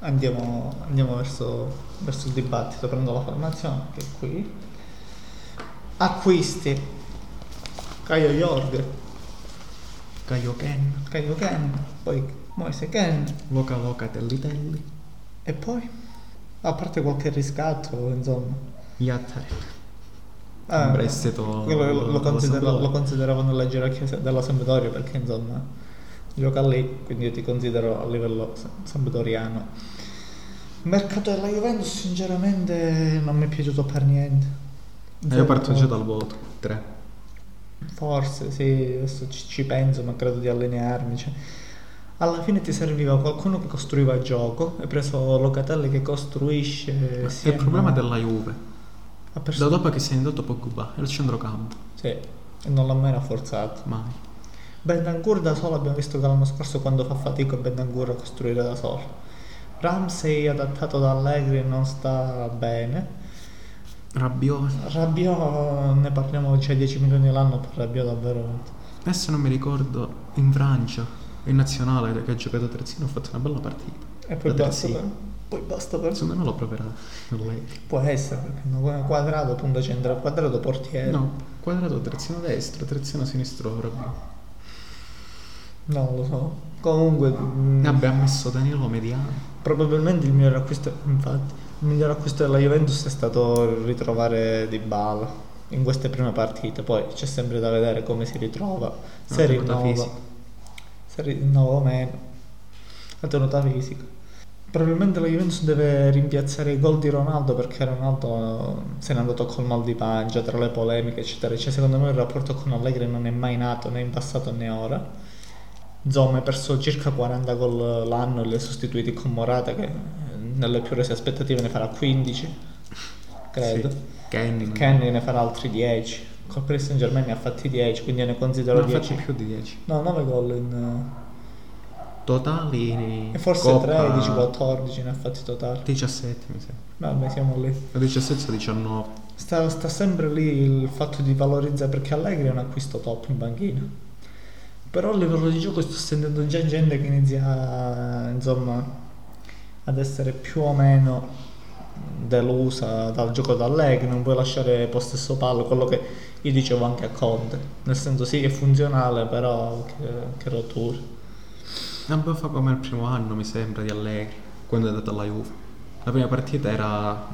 Speaker 1: Andiamo, andiamo verso, verso il dibattito. Prendo la formazione che è qui. Acquisti. Caio Jorg,
Speaker 2: Caio Ken.
Speaker 1: Caio Ken, poi Moise Ken
Speaker 2: Loca Loca Tellitelli.
Speaker 1: e poi, a parte qualche riscatto, insomma.
Speaker 2: Iattaren.
Speaker 1: Ah,
Speaker 2: Un prestito
Speaker 1: quello lo, lo
Speaker 2: alla
Speaker 1: considera-
Speaker 2: Sampdoria.
Speaker 1: lo consideravano la gerarchia se- della Sampdoria perché insomma gioca lì quindi io ti considero a livello sa- sampdoriano mercato della Juventus sinceramente non mi è piaciuto per niente
Speaker 2: E Eh, io parto già
Speaker 1: Zero.
Speaker 2: dal voto. 3.
Speaker 1: Forse sì, adesso ci, ci penso, ma credo di allinearmi. cioè. Alla fine ti serviva qualcuno che costruiva gioco, hai preso Locatelli che costruisce.
Speaker 2: È il problema della Juve.
Speaker 1: Ha perso-
Speaker 2: Da dopo che si è andato Pogba, è il centrocampo.
Speaker 1: Sì, e non l'ha mai rafforzato.
Speaker 2: Mai.
Speaker 1: Bendangur da solo abbiamo visto che l'anno scorso quando fa fatica Bendangur a costruire da solo. Ramsey adattato da Allegri non sta bene.
Speaker 2: Rabiot.
Speaker 1: Rabiot ne parliamo, c'è 10 milioni l'anno per Rabiot davvero.
Speaker 2: Adesso non mi ricordo, in Francia, in nazionale, che ha giocato a terzino, ha fatto una bella partita.
Speaker 1: E poi
Speaker 2: Da
Speaker 1: basta.
Speaker 2: terzino.
Speaker 1: per- Poi basta per
Speaker 2: Secondo me lo proverà lei.
Speaker 1: Può essere, perché no, quadrato punta centrale, quadrato portiere.
Speaker 2: No, Eh, quadrato, terzino destro, terzino sinistro dovrebbe.
Speaker 1: Non lo so. Comunque, mh,
Speaker 2: Vabbè, ha messo Danilo Mediano.
Speaker 1: probabilmente il miglior acquisto, infatti, il miglior acquisto della Juventus è stato ritrovare Di Bala in queste prime partite. Poi c'è sempre da vedere come si ritrova, se
Speaker 2: tenuta
Speaker 1: rinnova,
Speaker 2: fisica.
Speaker 1: se rinnova o meno, la tenuta fisica. Probabilmente la Juventus deve rimpiazzare i gol di Ronaldo perché Ronaldo eh, se n'è andato col mal di pancia, tra le polemiche, eccetera. Cioè, secondo me il rapporto con Allegri non è mai nato né in passato né ora. Zoma ha perso circa 40 gol l'anno e li ha sostituiti con Morata che eh, nelle più rese aspettative ne farà 15, credo.
Speaker 2: Sì. Kenny.
Speaker 1: Kenny ne farà altri 10. Col Paris Saint Germain ne ha fatti 10, quindi io ne
Speaker 2: Non
Speaker 1: considero
Speaker 2: ha
Speaker 1: 10.
Speaker 2: fatto più di 10.
Speaker 1: No, 9 gol in... eh,
Speaker 2: Totali.
Speaker 1: E forse
Speaker 2: Coppa,
Speaker 1: 13, 14 ne ha fatti totali.
Speaker 2: 17 mi sembra.
Speaker 1: Vabbè, siamo lì.
Speaker 2: O 17 o 19.
Speaker 1: Sta, sta sempre lì il fatto di valorizzare perché Allegri è un acquisto top in banchina. Però a livello di gioco sto sentendo già gente che inizia insomma ad essere più o meno delusa dal gioco da Allegri, non puoi lasciare possesso palo, quello che io dicevo anche a Conte, nel senso sì è funzionale però che, che rottura.
Speaker 2: Abbiamo fatto come il primo anno, mi sembra, di Allegri, quando è andato alla Juve. La prima partita era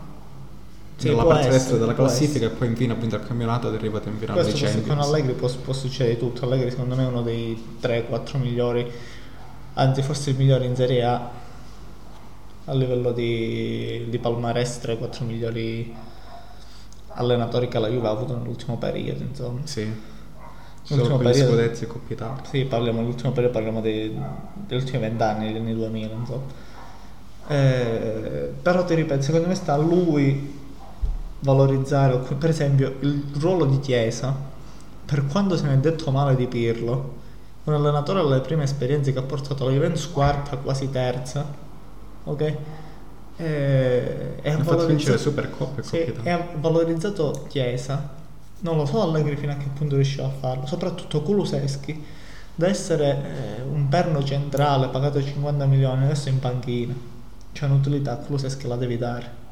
Speaker 1: Sì,
Speaker 2: nella
Speaker 1: può
Speaker 2: parte
Speaker 1: essere,
Speaker 2: destra della
Speaker 1: può
Speaker 2: classifica e poi infine ha vinto il campionato ed è arrivato in finale di
Speaker 1: Questo forse con
Speaker 2: Champions.
Speaker 1: Allegri può, può succedere di tutto, Allegri secondo me è uno dei 3-4 migliori, anzi forse il migliore in Serie A a livello di, di palmarès, 3-4 migliori allenatori che la Juve ha avuto nell'ultimo periodo insomma.
Speaker 2: Sì.
Speaker 1: L'ultimo
Speaker 2: Solo con gli
Speaker 1: periodo-
Speaker 2: scudetti e Coppa Italia.
Speaker 1: Sì, parliamo dell'ultimo periodo, parliamo dei- degli ultimi vent'anni, degli anni 2000, insomma. Eh, però ti ripeto, secondo me sta a lui valorizzare, alcuni- per esempio, il ruolo di Chiesa, per quanto se ne è detto male di Pirlo, un allenatore alle prime esperienze che ha portato la Juventus quarta, quasi terza, ok? Eh, e ha
Speaker 2: Ha fatto vincere
Speaker 1: valorizzato-
Speaker 2: Supercoppa e Coppa
Speaker 1: sì, e
Speaker 2: Italia.
Speaker 1: ha valorizzato Chiesa. Non lo so Allegri fino a che punto riusciva a farlo, soprattutto Kuluseschi, da essere eh, un perno centrale pagato 50 milioni, adesso è in panchina. C'è un'utilità, Kuluseschi la devi dare.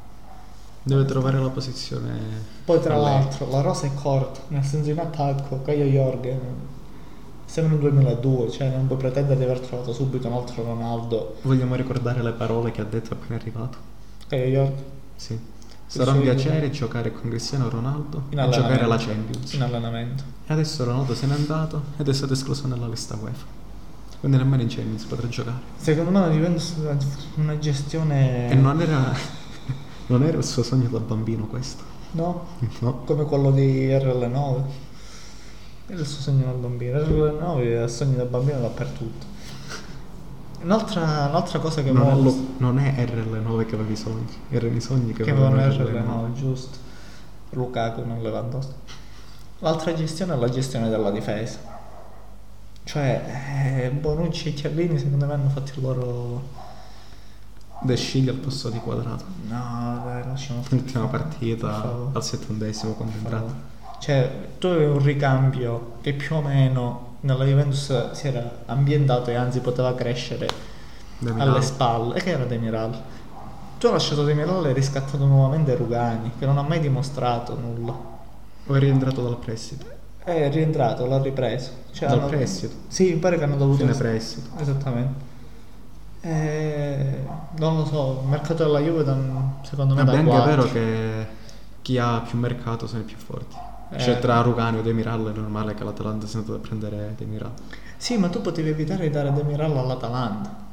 Speaker 2: Deve trovare la posizione.
Speaker 1: Poi tra
Speaker 2: Allegri.
Speaker 1: l'altro la rosa è corta, nel senso in attacco, Caio mm, Jorgen sembra un 2002, cioè non puoi pretendere di aver trovato subito un altro Ronaldo.
Speaker 2: Vogliamo ricordare le parole che ha detto appena arrivato?
Speaker 1: Caio Jorgen
Speaker 2: Sì. Sarà un
Speaker 1: solito-
Speaker 2: piacere giocare con Cristiano Ronaldo
Speaker 1: In
Speaker 2: e giocare
Speaker 1: allenamento.
Speaker 2: alla Champions.
Speaker 1: in allenamento.
Speaker 2: E adesso Ronaldo se n'è andato ed è stato escluso nella lista UEFA. Quindi nemmeno in Champions potrà giocare.
Speaker 1: Secondo me la Juventus ha una gestione...
Speaker 2: E non era. non era il suo sogno da bambino questo.
Speaker 1: No?
Speaker 2: No.
Speaker 1: come quello di RL9 il suo sogno da bambino RL9 è il sogno da bambino dappertutto un'altra, un'altra cosa che
Speaker 2: Non è,
Speaker 1: avevo-
Speaker 2: lo- non è RL9 che aveva i sogni, erano i sogni che,
Speaker 1: che
Speaker 2: avevano
Speaker 1: avevano
Speaker 2: RL9.
Speaker 1: RL9 giusto Lukaku non Lewandowski l'altra gestione è la gestione della difesa cioè eh, Bonucci e Chiellini secondo me hanno fatto il loro
Speaker 2: De Sciglio al posto di quadrato.
Speaker 1: no dai lasciamo stare
Speaker 2: L'ultima
Speaker 1: Per
Speaker 2: partita
Speaker 1: favore.
Speaker 2: al settantesimo quando è entrato.
Speaker 1: Cioè, tu avevi un ricambio che più o meno nella Juventus si era ambientato e anzi poteva crescere
Speaker 2: Da Milano.
Speaker 1: alle spalle, e che era Demiral. Tu hai lasciato Demiral e hai riscattato nuovamente Rugani, che non ha mai dimostrato nulla.
Speaker 2: Poi è rientrato dal prestito.
Speaker 1: È rientrato, l'ha ripreso. Cioè,
Speaker 2: dal
Speaker 1: hanno-
Speaker 2: prestito.
Speaker 1: Sì, mi pare che hanno dovuto...
Speaker 2: Fine prestito.
Speaker 1: Esattamente. Eh, non lo so, il mercato della Juve da un- secondo me da
Speaker 2: Vabbè, anche è vero
Speaker 1: quattro.
Speaker 2: che chi ha più mercato sono i più forti.
Speaker 1: Eh.
Speaker 2: Cioè, tra Rugani o Demiral è normale che l'Atalanta sia andata a prendere Demiral.
Speaker 1: Sì, ma tu potevi evitare di dare Demiral all'Atalanta.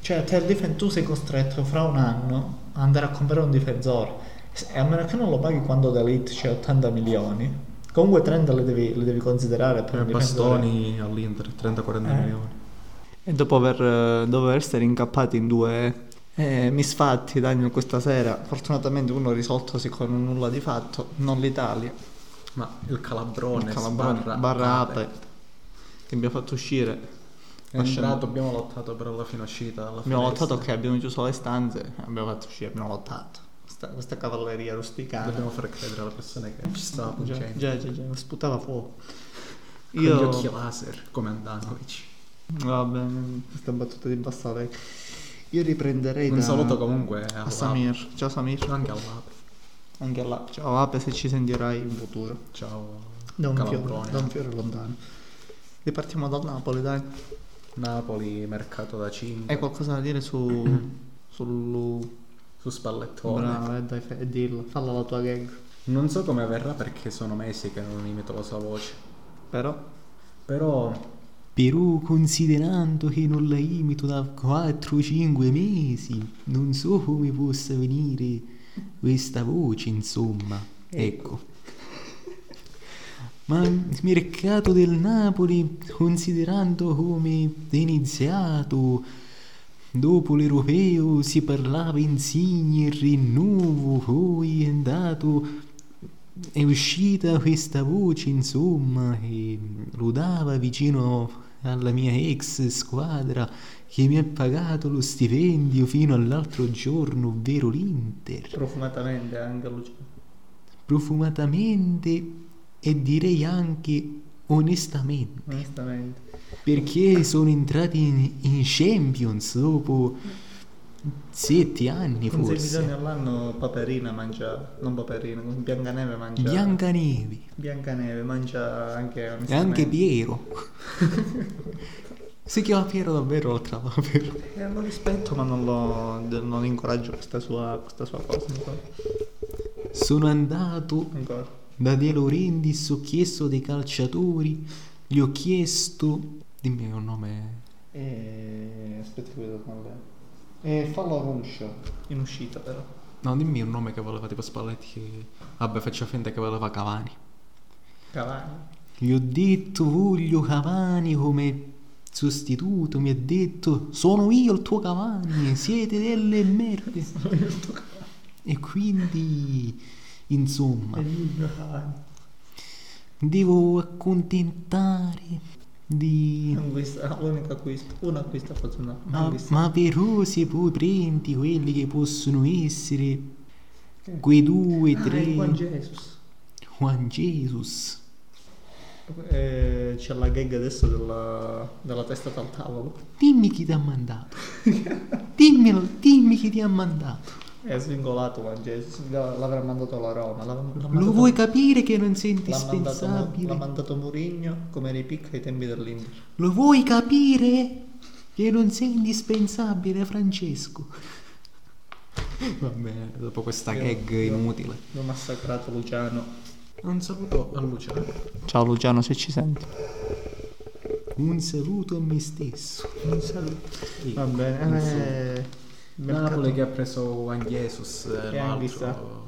Speaker 1: Cioè, a te il difen- tu sei costretto fra un anno a andare a comprare un difensore. S- E a meno che non lo paghi quando da Elite c'è 80 milioni. Comunque 30 le devi, le devi considerare per
Speaker 2: Poi
Speaker 1: un difensore.
Speaker 2: Eh, Bastoni all'Inter, 30-40
Speaker 1: Eh.
Speaker 2: milioni.
Speaker 1: E dopo aver, eh, dopo aver essere incappati in due eh, misfatti, Daniel, questa sera, fortunatamente uno risoltosi con un nulla di fatto, non l'Italia.
Speaker 2: Ma il Calabrone,
Speaker 1: Il Calabrone,
Speaker 2: sbarra-
Speaker 1: barra Ape,
Speaker 2: Ape.
Speaker 1: che mi ha fatto uscire.
Speaker 2: È entrato, abbiamo lottato per la fine uscita. Alla
Speaker 1: Abbiamo
Speaker 2: finestra.
Speaker 1: lottato che abbiamo chiuso le stanze, abbiamo fatto uscire, abbiamo lottato. Questa, questa cavalleria rusticana.
Speaker 2: Dobbiamo far credere alle persone che ci stava
Speaker 1: Già,
Speaker 2: pungendo.
Speaker 1: già, già, già, sputava fuoco.
Speaker 2: Con gli occhi laser, come Andanovic.
Speaker 1: Vabbè, questa battuta di Bastare. Io riprenderei
Speaker 2: Un
Speaker 1: da-
Speaker 2: saluto comunque
Speaker 1: a
Speaker 2: a
Speaker 1: Samir. Ciao Samir.
Speaker 2: Anche all'ape.
Speaker 1: Anche là. Ciao Ape se ci sentirai in futuro.
Speaker 2: Ciao.
Speaker 1: Da un, fiore,
Speaker 2: Calabrone.
Speaker 1: da un fiore lontano. Ripartiamo dal Napoli, dai.
Speaker 2: Napoli, mercato da 5.
Speaker 1: Hai qualcosa da dire su... sul...
Speaker 2: Su spallettone.
Speaker 1: Brava, eh, dai, fe- e dillo. Falla la tua gag.
Speaker 2: Non so come avverrà perché sono mesi che non imito la sua voce.
Speaker 1: Però...
Speaker 2: Però
Speaker 4: Però considerando che non la imito da 4-5 mesi, non so come possa venire questa voce, insomma. Ecco. Ma il mercato del Napoli, considerando come è iniziato, dopo l'europeo si parlava insigne, rinnovo, poi è andato è uscita questa voce, insomma, che rodava vicino alla mia ex squadra che mi ha pagato lo stipendio fino all'altro giorno, ovvero l'Inter.
Speaker 1: Profumatamente cioè, anche Luciano.
Speaker 4: Profumatamente e direi anche onestamente,
Speaker 1: Onestamente.
Speaker 4: perché sono entrati in, in Champions dopo sette anni
Speaker 1: Con 6 milioni
Speaker 4: forse.
Speaker 1: all'anno Paperina mangia, non Paperina, con Biancaneve mangia.
Speaker 4: Biancanevi.
Speaker 1: Biancaneve mangia anche
Speaker 4: E anche
Speaker 1: onestamente.
Speaker 4: Piero. si chiama Piero davvero l'altra Piero.
Speaker 1: Eh, lo rispetto ma non lo non incoraggio questa sua, questa sua cosa ancora.
Speaker 4: Sono andato
Speaker 1: ancora.
Speaker 4: da De Laurentiis, ho chiesto dei calciatori, gli ho chiesto... Dimmi un nome...
Speaker 1: E... aspetta che vedo con lei. E Eh, fallo rovescia. In uscita però.
Speaker 2: no, dimmi un nome che voleva tipo Spalletti che vabbè, faccio finta che voleva Cavani.
Speaker 1: Cavani.
Speaker 4: Gli ho detto voglio Cavani come sostituto, mi ha detto sono io il tuo Cavani, siete delle merde. E quindi, insomma...
Speaker 1: E lui, Cavani.
Speaker 4: Devo accontentare di...
Speaker 1: Un acquisto- L'unico acquisto. Un acquisto fortunato. Un
Speaker 4: Ma,
Speaker 1: acquisto.
Speaker 4: ma però se poi prendi quelli che possono essere
Speaker 2: Eh.
Speaker 4: quei due,
Speaker 1: Ah,
Speaker 4: tre...
Speaker 1: il Juan Jesus.
Speaker 4: Juan Jesus.
Speaker 1: Eh, c'è la gag adesso della, della testata al tavolo.
Speaker 4: Dimmi chi ti ha mandato. Dimmelo, dimmi chi ti ha mandato.
Speaker 1: È svingolato Juan Jesus. L'ha- L'avrà mandato la Roma. l'ha- l'ha mandato-
Speaker 4: Lo vuoi capire che non sei
Speaker 1: L'ha mandato, Mu- l'ha
Speaker 4: indispensabile?
Speaker 1: mandato Murigno come ripicca ai tempi dell'Inter.
Speaker 4: Lo vuoi capire che non sei indispensabile, Francesco?
Speaker 2: Va bene, dopo questa
Speaker 1: Io-
Speaker 2: gag
Speaker 1: io-
Speaker 2: inutile.
Speaker 1: L'ho massacrato Luciano.
Speaker 2: Un saluto eh? a Luciano.
Speaker 1: Ciao Luciano se ci senti.
Speaker 4: Un saluto a me stesso.
Speaker 1: Un saluto.
Speaker 2: Sì.
Speaker 1: Va bene. eh, mercato-
Speaker 2: Ah, Napoli che ha preso Anghesus e
Speaker 1: E
Speaker 2: l'altro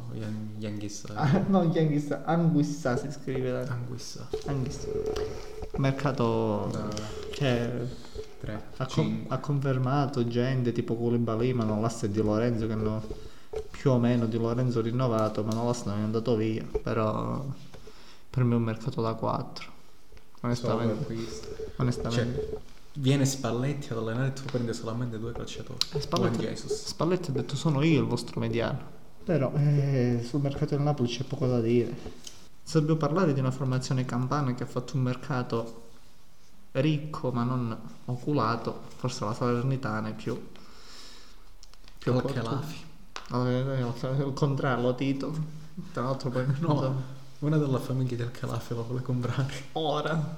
Speaker 2: Yanghissa.
Speaker 1: Ah, no, Yanghissa. Anguissa si scrive. dai.
Speaker 2: Anguissa.
Speaker 1: Anghissa.
Speaker 4: Ah.
Speaker 1: Mercato...
Speaker 2: Da
Speaker 1: Cioè,
Speaker 2: 3,
Speaker 1: ha, con-
Speaker 2: 5.
Speaker 1: ha confermato gente tipo Koulibaly, Manolas e Di Lorenzo che hanno più o meno Di Lorenzo rinnovato, Manolas non è andato via, però per me è un mercato da 4. Onestamente. onestamente.
Speaker 2: Cioè, viene Spalletti ad allenare e tu prendi solamente due calciatori.
Speaker 1: Eh, Spalletti-
Speaker 2: Juan Jesus.
Speaker 1: Spalletti ha detto sono io il vostro mediano. Però eh, sul mercato del Napoli c'è poco da dire. Se Dobbiamo parlare di una formazione campana che ha fatto un mercato ricco ma non oculato, forse la Salernitana è più... più
Speaker 2: Al
Speaker 1: occulta.
Speaker 2: Khelafi.
Speaker 1: No, eh, eh, Il contrario, Tito. Tra l'altro poi...
Speaker 2: No, una della famiglia del Calafi la vuole comprare.
Speaker 1: Ora.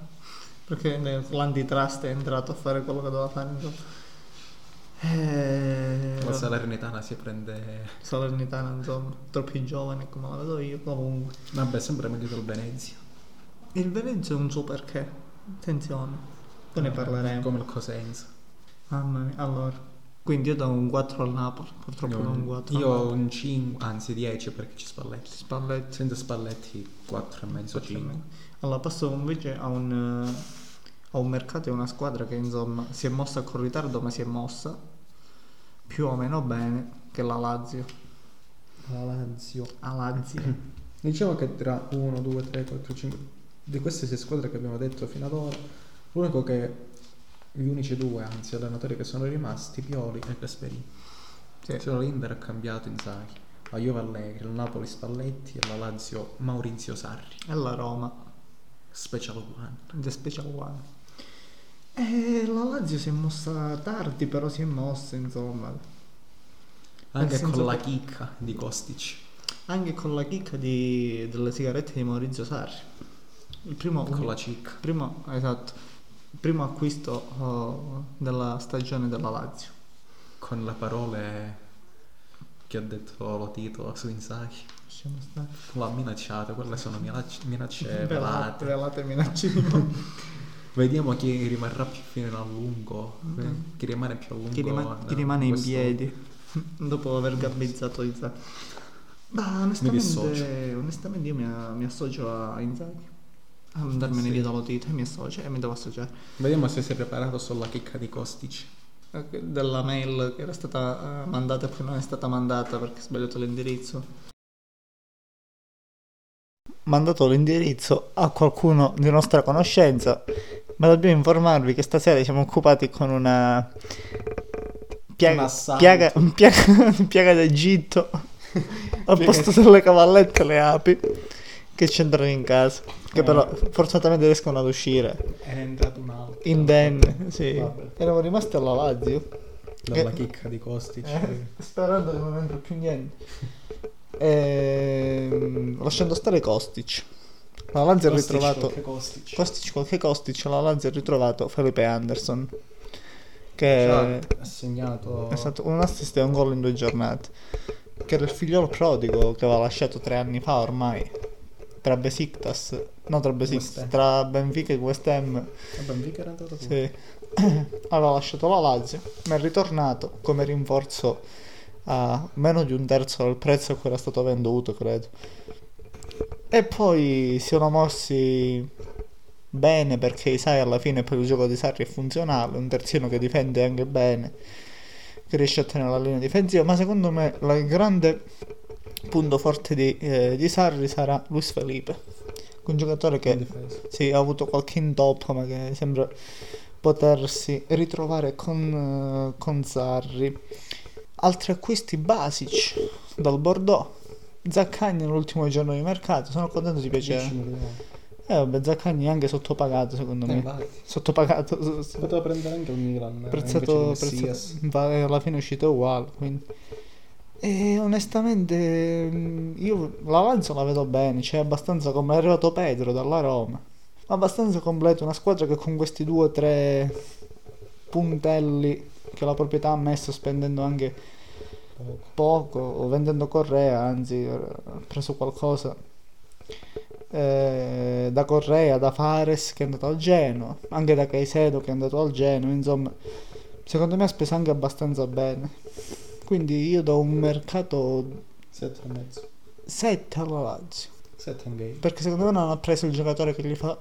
Speaker 1: Perché ne- l'antitrust è entrato a fare quello che doveva fare. insomma. Eh,
Speaker 2: La Salernitana si prende...
Speaker 1: Salernitana, insomma, troppi giovani come la vedo io. Comunque,
Speaker 2: Vabbè, sembra meglio del Venezia.
Speaker 1: il Venezia non so perché. Attenzione, poi
Speaker 2: Eh,
Speaker 1: ne parleremo.
Speaker 2: Come il Cosenza.
Speaker 1: Mamma mia, allora. Quindi io do un 4 al Napoli, purtroppo
Speaker 2: Io-
Speaker 1: non un 4.
Speaker 2: Io ho un 5, anzi 10 perché ci Spalletti.
Speaker 1: Spalletti.
Speaker 2: Senza Spalletti 4 e mezzo 5.
Speaker 1: Allora, passo invece a un, eh, a un mercato e una squadra che insomma si è mossa con ritardo, ma si è mossa più o meno bene, che è la Lazio. La Lazio.
Speaker 2: Diciamo che tra 1, 2, 3, 4, 5 di queste 6 squadre che abbiamo detto fino ad ora, l'unico che gli unici due, anzi allenatori che sono rimasti, Pioli e Gasperini.
Speaker 1: Sì.
Speaker 2: Solo l'Inter ha cambiato Inzaghi, la Juve Allegri, il Napoli Spalletti e la Lazio Maurizio Sarri,
Speaker 1: E la Roma.
Speaker 2: special one.
Speaker 1: The Special One. E la Lazio Lazio si è mossa tardi, però si è mossa, insomma.
Speaker 2: Anche
Speaker 1: senso
Speaker 2: con la
Speaker 1: che-
Speaker 2: chicca di Kostic.
Speaker 1: Anche con la chicca di- delle sigarette di Maurizio Sarri. Il primo,
Speaker 2: Con la cicca.
Speaker 1: primo- esatto, il primo acquisto oh, della stagione della Lazio.
Speaker 2: Con le parole che ha detto lo Tito su Inzaghi.
Speaker 1: Lasciamo stare.
Speaker 2: L'ha minacciato, quelle sono minac- minacce
Speaker 1: velate,
Speaker 2: velate.
Speaker 1: velate minaccino.
Speaker 2: Vediamo chi rimarrà più fino a lungo. eh,
Speaker 1: Mhm.
Speaker 2: Chi rimane più a lungo.
Speaker 1: chi, rima-
Speaker 2: da-
Speaker 1: chi rimane in
Speaker 2: questo-
Speaker 1: piedi dopo aver gabbizzato Inzaghi. Ma onestamente,
Speaker 2: dissocio.
Speaker 1: onestamente io mi, mi associo a Inzaghi. A andarmene
Speaker 2: Sì.
Speaker 1: via dallo Tito e mi associo e mi devo associare.
Speaker 2: Vediamo se si è preparato sulla chicca di Kostic.
Speaker 1: Ok, Della mail che era stata eh, mandata e poi non è stata mandata perché ho sbagliato l'indirizzo. Mandato l'indirizzo a qualcuno di nostra conoscenza, ma dobbiamo informarvi che stasera siamo occupati con una
Speaker 2: Un
Speaker 1: piaga,
Speaker 2: assalto.
Speaker 1: piaga, piaga, piaga d'Egitto al
Speaker 2: Piaga-
Speaker 1: posto delle cavallette le api che c'entrano in casa, che però fortunatamente riescono ad uscire
Speaker 2: È entrato un altro.
Speaker 1: indenne. Sì.
Speaker 2: Vabbè.
Speaker 1: Eravamo rimasti alla Lazio.
Speaker 2: Dalla
Speaker 1: Eh.
Speaker 2: chicca di Kostic.
Speaker 1: Eh, sperando che non entro più niente. Ehm, lasciando stare Kostic. La Lazio ha
Speaker 2: Kostic
Speaker 1: ritrovato.
Speaker 2: contro Kostic.
Speaker 1: Kostic qualche Kostic, la Lazio ha ritrovato Felipe Anderson. Che
Speaker 2: Cioè, ha segnato
Speaker 1: Eh. è stato un assist e un gol in due giornate. Che era il figliolo prodigo che aveva lasciato tre anni fa ormai. Tra Besiktas. No, tra Besiktas.
Speaker 2: Ham.
Speaker 1: Tra Benfica e West Ham.
Speaker 2: Vabbè, Ah, mica era entrato pure.
Speaker 1: Sì. Aveva lasciato la Lazio, ma è ritornato come rinforzo a meno di un terzo del prezzo a cui era stato venduto, credo. E poi si sono mossi bene perché Isai alla fine per il gioco di Sarri è funzionale, un terzino che difende anche bene, che riesce a tenere la linea difensiva, ma secondo me la- il grande punto forte di, eh, di Sarri sarà Luis Felipe, un giocatore
Speaker 2: In
Speaker 1: che
Speaker 2: difesa.
Speaker 1: sì, ha avuto qualche intoppo, ma che sembra potersi ritrovare con, eh, con Sarri. Altri acquisti basici dal Bordeaux. Zaccagni nell'ultimo giorno di mercato, sono contento di
Speaker 2: 10
Speaker 1: piacere.
Speaker 2: milioni.
Speaker 1: Eh vabbè, Zaccagni è anche sottopagato secondo
Speaker 2: Eh,
Speaker 1: me.
Speaker 2: infatti.
Speaker 1: Sottopagato, s- s-
Speaker 2: Poteva prendere anche il Milan. eh,
Speaker 1: prezzato,
Speaker 2: invece di
Speaker 1: prezzato
Speaker 2: Messias.
Speaker 1: va- eh, alla fine è uscito uguale. Quindi. E onestamente mm, io l'avanzo la vedo bene, cioè abbastanza come è arrivato Pedro dalla Roma. Abbastanza completo, una squadra che con questi due o tre puntelli che la proprietà ha messo spendendo anche poco o vendendo Correa, anzi eh, ha preso qualcosa eh, da Correa, da Fares che è andato al Genoa, anche da Caicedo che è andato al Genoa, insomma secondo me ha speso anche abbastanza bene. Quindi io do un mercato
Speaker 2: 7 e mezzo.
Speaker 1: 7 alla Lazio,
Speaker 2: 7 and game.
Speaker 1: perché secondo me non ha preso il giocatore che gli fa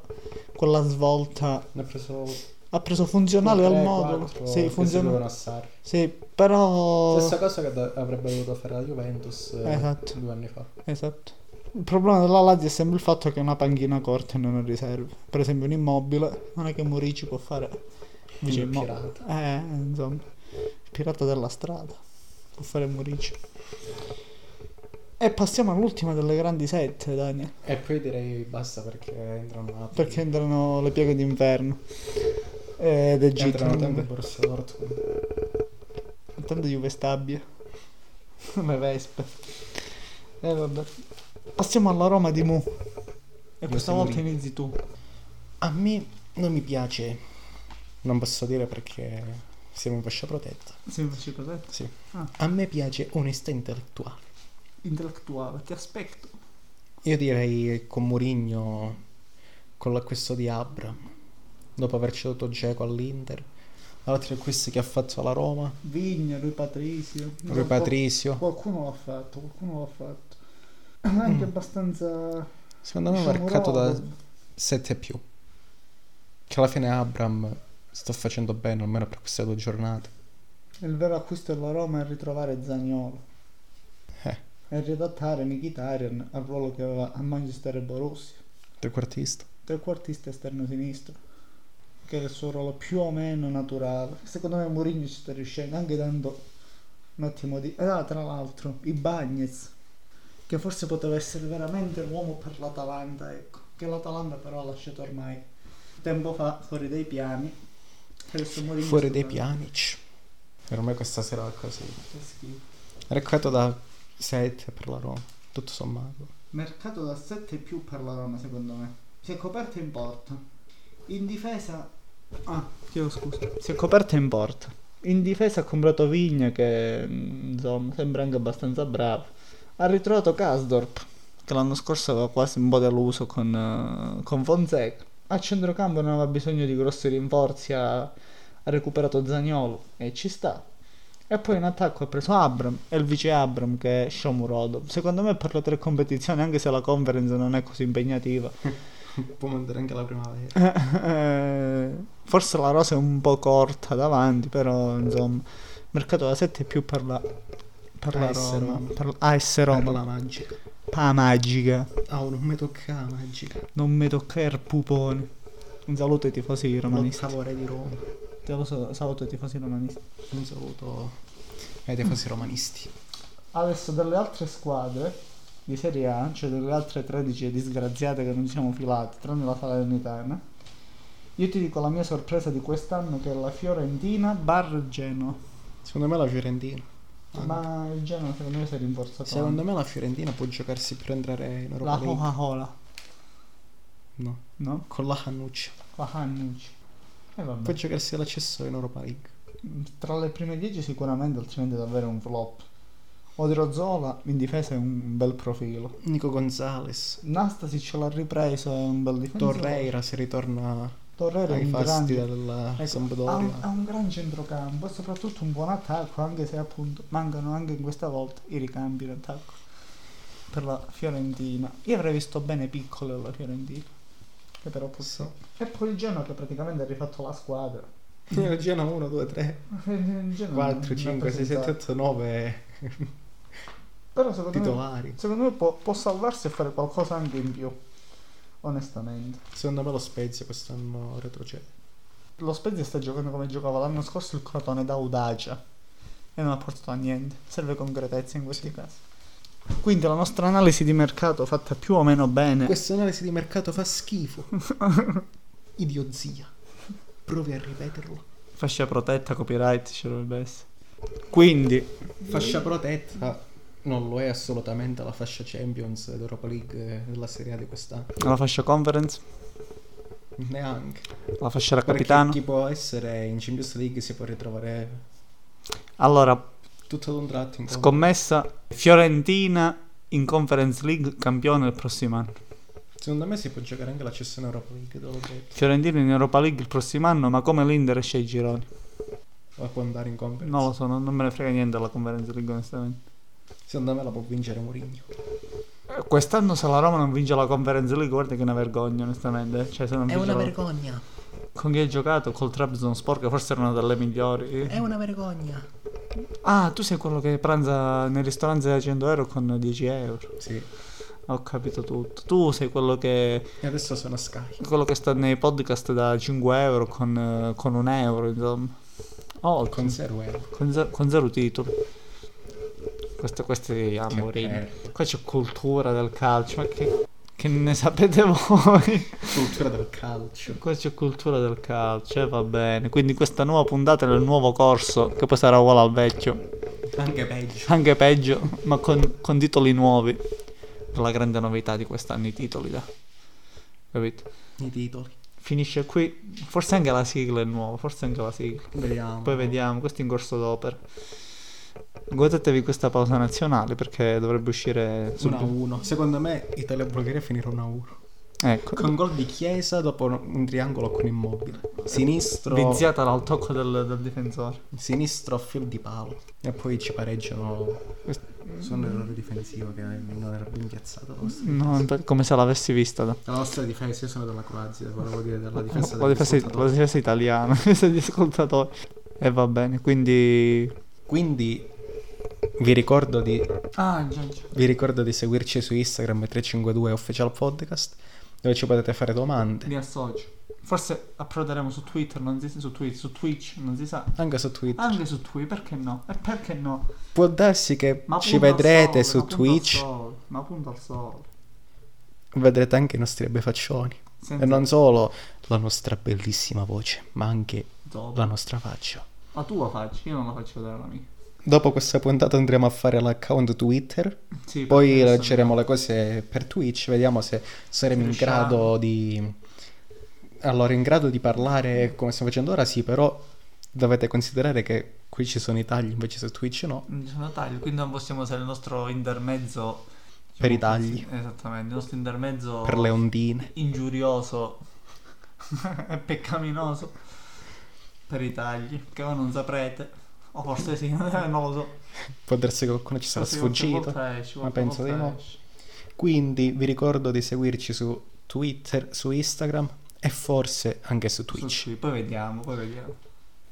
Speaker 1: quella svolta,
Speaker 2: Ne ha preso
Speaker 1: ha preso funzionale al modo,
Speaker 2: Sì,
Speaker 1: sì, funzionale,
Speaker 2: a Sarri.
Speaker 1: sì, però...
Speaker 2: Stessa cosa che do- avrebbe dovuto fare la Juventus eh,
Speaker 1: Esatto.
Speaker 2: due anni fa.
Speaker 1: Esatto. Il problema della Lazio è sempre il fatto che è una panchina corta e non una riserva. Per esempio un immobile, non è che Morici può fare invece
Speaker 2: Il
Speaker 1: Immo-
Speaker 2: pirata.
Speaker 1: Eh, insomma, il pirata della strada può fare Morici. E passiamo all'ultima delle grandi sette, Daniel,
Speaker 2: E poi direi basta perché entrano a
Speaker 1: perché entrano le pieghe d'inverno. Eh, Ed Egitto.
Speaker 2: entrano tempo
Speaker 1: Intanto
Speaker 2: Borussia Dortmund.
Speaker 1: intanto Juve Stabia. Come vespe. E vabbè. Passiamo alla Roma di Mu. E questa
Speaker 2: siamo
Speaker 1: volta
Speaker 2: lì.
Speaker 1: inizi tu.
Speaker 2: A me non mi piace. Non posso dire perché siamo in fascia protetta.
Speaker 1: Sì, ma ci cos'è?
Speaker 2: Sì.
Speaker 1: Ah.
Speaker 2: A me piace onestà intellettuale.
Speaker 1: Intellettuale, ti aspetto.
Speaker 2: Io direi con Mourinho con l'acquisto di Abram dopo aver ceduto Geco all'Inter altri acquisti che ha fatto alla Roma
Speaker 1: Vigna, lui Patrizio.
Speaker 2: Rui Patrizio
Speaker 1: Qualcuno l'ha fatto, qualcuno l'ha fatto. Anche abbastanza...
Speaker 2: secondo me Mm. è
Speaker 1: diciamo,
Speaker 2: marcato da
Speaker 1: roba.
Speaker 2: 7 più che alla fine Abram sta facendo bene almeno per queste due giornate
Speaker 1: Il vero acquisto della Roma è ritrovare Zaniolo.
Speaker 2: Eh.
Speaker 1: E riadattare Mkhitaryan al ruolo che aveva a Manchester e Borussia.
Speaker 2: trequartista
Speaker 1: Trequartista esterno sinistro. Che è il suo ruolo più o meno naturale. Secondo me Mourinho ci sta riuscendo anche dando un attimo di... Ah, tra l'altro, i Bagnets. Che forse poteva essere veramente l'uomo per l'Atalanta, ecco. Che l'Atalanta però ha lasciato ormai tempo fa fuori dai piani. Adesso Mourinho
Speaker 4: Fuori
Speaker 1: sta
Speaker 4: dai
Speaker 1: dando-
Speaker 4: Pjanic. Ormai questa sera è così.
Speaker 1: fa schifo.
Speaker 4: Reccato da 7 per la Roma, tutto sommato.
Speaker 1: Mercato da 7 più per la Roma, secondo me. Si è coperta in porta. In difesa. Ah, chiedo scusa. Si è coperta in porta. In difesa ha comprato Vigne che mh, insomma sembra anche abbastanza bravo. Ha ritrovato Kasdorp che l'anno scorso aveva quasi un po' deluso con, eh, con Fonseca. A centrocampo non aveva bisogno di grossi rinforzi, ha, ha recuperato Zagnolo e ci sta. E poi in attacco ha preso Abram e il vice Abram che è Shomurodov. Secondo me per le tre competizioni, anche se la conference non è così impegnativa,
Speaker 2: Può mandare anche la primavera.
Speaker 1: eh, forse la rosa è un po' corta davanti, però insomma, mercato da 7 è più per la, per la
Speaker 2: AS
Speaker 1: Roma,
Speaker 2: Roma.
Speaker 1: per AS
Speaker 2: Erba
Speaker 1: Roma,
Speaker 2: la magica.
Speaker 1: pa magica,
Speaker 2: Ah, non mi tocca la magica.
Speaker 1: non mi tocca il pupone. Un saluto ai tifosi romanisti.
Speaker 2: L'ottavore di Roma.
Speaker 1: Un saluto- saluto ai tifosi romanisti.
Speaker 2: Un saluto ai tifosi Eh, romanisti.
Speaker 1: Adesso delle altre squadre di Serie A, cioè delle altre 13 disgraziate che non ci siamo filati, tranne la Salernitana, io ti dico la mia sorpresa di quest'anno che è la Fiorentina bar Genoa.
Speaker 2: Secondo me la Fiorentina. Anche.
Speaker 1: Ma il Genoa secondo Ah, me si è rinforzato.
Speaker 2: Secondo me la Fiorentina può giocarsi per entrare in Europa
Speaker 1: la
Speaker 2: League.
Speaker 1: Coca-Cola,
Speaker 2: No,
Speaker 1: no?
Speaker 2: con la Cannuccia.
Speaker 1: La Hannucci. E vabbè.
Speaker 2: Può giocarsi l'accesso in Europa League.
Speaker 1: Tra le prime 10 sicuramente, altrimenti è davvero un flop. Odriozola in difesa è un bel profilo.
Speaker 2: Nico Gonzalez.
Speaker 1: Nastasi ce l'ha ripreso, è un bel difensore.
Speaker 2: Torreira si ritorna
Speaker 1: Torreira è
Speaker 2: ai
Speaker 1: un
Speaker 2: fasti
Speaker 1: grande Ecco, ha,
Speaker 2: della
Speaker 1: un, ha
Speaker 2: Sampdoria.
Speaker 1: un gran centrocampo e soprattutto un buon attacco, anche se appunto mancano anche in questa volta i ricambi in attacco per la Fiorentina. Io avrei visto bene piccolo la Fiorentina, che però purtroppo. E poi il Genoa che praticamente ha rifatto la squadra.
Speaker 2: Il Genoa 1, 2, 3,
Speaker 1: Il Genoa
Speaker 2: 4,
Speaker 1: non-
Speaker 2: 5,
Speaker 1: non
Speaker 2: 6, 7,
Speaker 1: presenta-
Speaker 2: 8, 9
Speaker 1: Però secondo me,
Speaker 2: titolari.
Speaker 1: secondo me può, può salvarsi e fare qualcosa anche in più, onestamente.
Speaker 2: Secondo me lo Spezia quest'anno retrocede.
Speaker 1: Lo Spezia sta giocando come giocava l'anno scorso il Crotone da audacia e non ha portato a niente. Serve concretezza in questi casi. Quindi la nostra analisi di mercato fatta più o meno bene.
Speaker 2: Questa analisi di mercato fa schifo. Idiozia. Provi a ripeterlo.
Speaker 1: Fascia protetta, copyright, ci dovrebbe essere. Quindi,
Speaker 2: Fascia protetta. Ah, Non lo è assolutamente la fascia Champions d'Europa League eh, della Serie A di quest'anno.
Speaker 1: la fascia conference,
Speaker 2: Neanche.
Speaker 1: la fascia da
Speaker 2: Perché
Speaker 1: capitano.
Speaker 2: chi può essere in Champions League si può ritrovare
Speaker 1: Allora,
Speaker 2: tutto ad un tratto in campo.
Speaker 1: scommessa Fiorentina in Conference League campione il prossimo anno.
Speaker 2: Secondo me si può giocare anche l'accesso in Europa League, te l'ho detto.
Speaker 1: Fiorentina in Europa League il prossimo anno, ma come l'Inter esce ai gironi?
Speaker 2: O può andare in conference.
Speaker 1: Non lo so, non, non me ne frega niente la Conference League onestamente.
Speaker 2: Secondo me la può vincere Mourinho.
Speaker 1: Eh, Quest'anno se la Roma non vince la Conference League, guarda che è una vergogna, onestamente. eh. Cioè, se non vince la-
Speaker 2: vergogna.
Speaker 1: Con chi hai giocato? Col Trabzonspor, che forse era una delle migliori.
Speaker 4: Eh.
Speaker 2: una vergogna.
Speaker 1: Ah, tu sei quello che pranza nel ristorante da 100 euro con 10 euro.
Speaker 2: Sì.
Speaker 1: Ho capito tutto. Tu sei quello che,
Speaker 2: E adesso sono a Sky.
Speaker 1: quello che sta nei podcast da 5 euro con, eh, con un euro, insomma. Oh, con,
Speaker 2: Con zero euro.
Speaker 1: con ze- con zero titoli. Questo, questo è amorino.
Speaker 2: bello.
Speaker 1: Qua c'è cultura del calcio, ma che, che ne sapete voi?
Speaker 2: Cultura del calcio.
Speaker 1: Qua c'è cultura del calcio, eh, va bene. Quindi questa nuova puntata del nuovo corso, che poi sarà uguale al vecchio,
Speaker 2: Anche peggio.
Speaker 1: anche peggio, ma con, con titoli nuovi. Per la grande novità di quest'anno, i titoli, da. Capito?
Speaker 2: I titoli.
Speaker 1: Finisce qui, forse anche la sigla è nuova, forse anche la sigla.
Speaker 2: Vediamo.
Speaker 1: Poi vediamo, questo è in corso d'opera. Godetevi questa pausa nazionale perché dovrebbe uscire
Speaker 2: Una a
Speaker 1: subito.
Speaker 2: 1. Secondo me Italia e Bulgaria finirà una 1.
Speaker 1: Ecco.
Speaker 2: Con gol di Chiesa dopo un triangolo con Immobile. Sinistro.
Speaker 1: Viziata dal tocco del, del difensore.
Speaker 2: Sinistro a fil di palo. E poi ci pareggiano. Su un errore difensivo che non era ben piazzato. La nostra,
Speaker 1: No, come se l'avessi vista. da.
Speaker 2: la nostra difesa, io sono della Croazia, volevo dire della difesa
Speaker 1: la,
Speaker 2: degli
Speaker 1: difesa, la
Speaker 2: ascoltatori.
Speaker 1: difesa italiana, la difesa degli ascoltatori. E va bene, quindi...
Speaker 2: Quindi vi ricordo di
Speaker 1: Ah, già, già.
Speaker 2: Vi ricordo di seguirci su Instagram 352 Official Podcast dove ci potete fare domande.
Speaker 1: Mi associo. Forse approderemo su Twitter, non si sa, su, Twi- su Twitch, non si sa.
Speaker 2: Anche su Twitter.
Speaker 1: Anche su Twitch, perché no? E perché no?
Speaker 2: Può darsi che
Speaker 1: Ma
Speaker 2: ci
Speaker 1: punto al sole,
Speaker 2: vedrete su
Speaker 1: ma punto al
Speaker 2: Twitch,
Speaker 1: sole, Ma punto al sole.
Speaker 2: vedrete anche i nostri bei faccioni.
Speaker 1: Senza-
Speaker 2: E non solo la nostra bellissima voce, ma anche la
Speaker 1: dopo.
Speaker 2: nostra faccia.
Speaker 1: La tua faccia, io non la faccio vedere la mia.
Speaker 2: Dopo questa puntata andremo a fare l'account Twitter,
Speaker 1: Sì,
Speaker 2: poi
Speaker 1: perché adesso-
Speaker 2: lanceremo le cose per Twitch, vediamo se saremo in
Speaker 1: Riusciamo.
Speaker 2: grado di... Allora, in grado di parlare come stiamo facendo ora, sì, però dovete considerare che qui ci sono i tagli, invece su Twitch no.
Speaker 1: Mm, ci sono tagli, quindi non possiamo usare il nostro intermezzo diciamo
Speaker 2: Per i
Speaker 1: così,
Speaker 2: tagli.
Speaker 1: Esattamente, il nostro intermezzo
Speaker 2: Per le ondine.
Speaker 1: ingiurioso e peccaminoso per i tagli, che voi non saprete, o forse sì, non lo so.
Speaker 2: Può darsi che qualcuno ci sarà
Speaker 1: Forse qualche
Speaker 2: sfuggito.
Speaker 1: volta esce,
Speaker 2: ma
Speaker 1: qualche
Speaker 2: penso di
Speaker 1: volta
Speaker 2: no.
Speaker 1: esce.
Speaker 2: Quindi vi ricordo di seguirci su Twitter, su Instagram e forse anche su
Speaker 1: Su
Speaker 2: Twitch.
Speaker 1: Twitch, Poi vediamo, poi vediamo.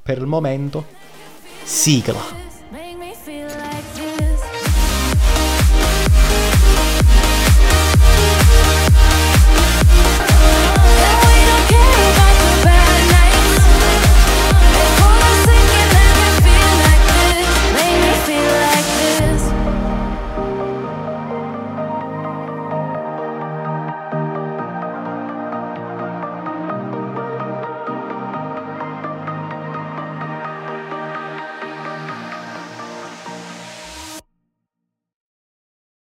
Speaker 2: Per il momento, sigla.
Speaker 3: Make me feel like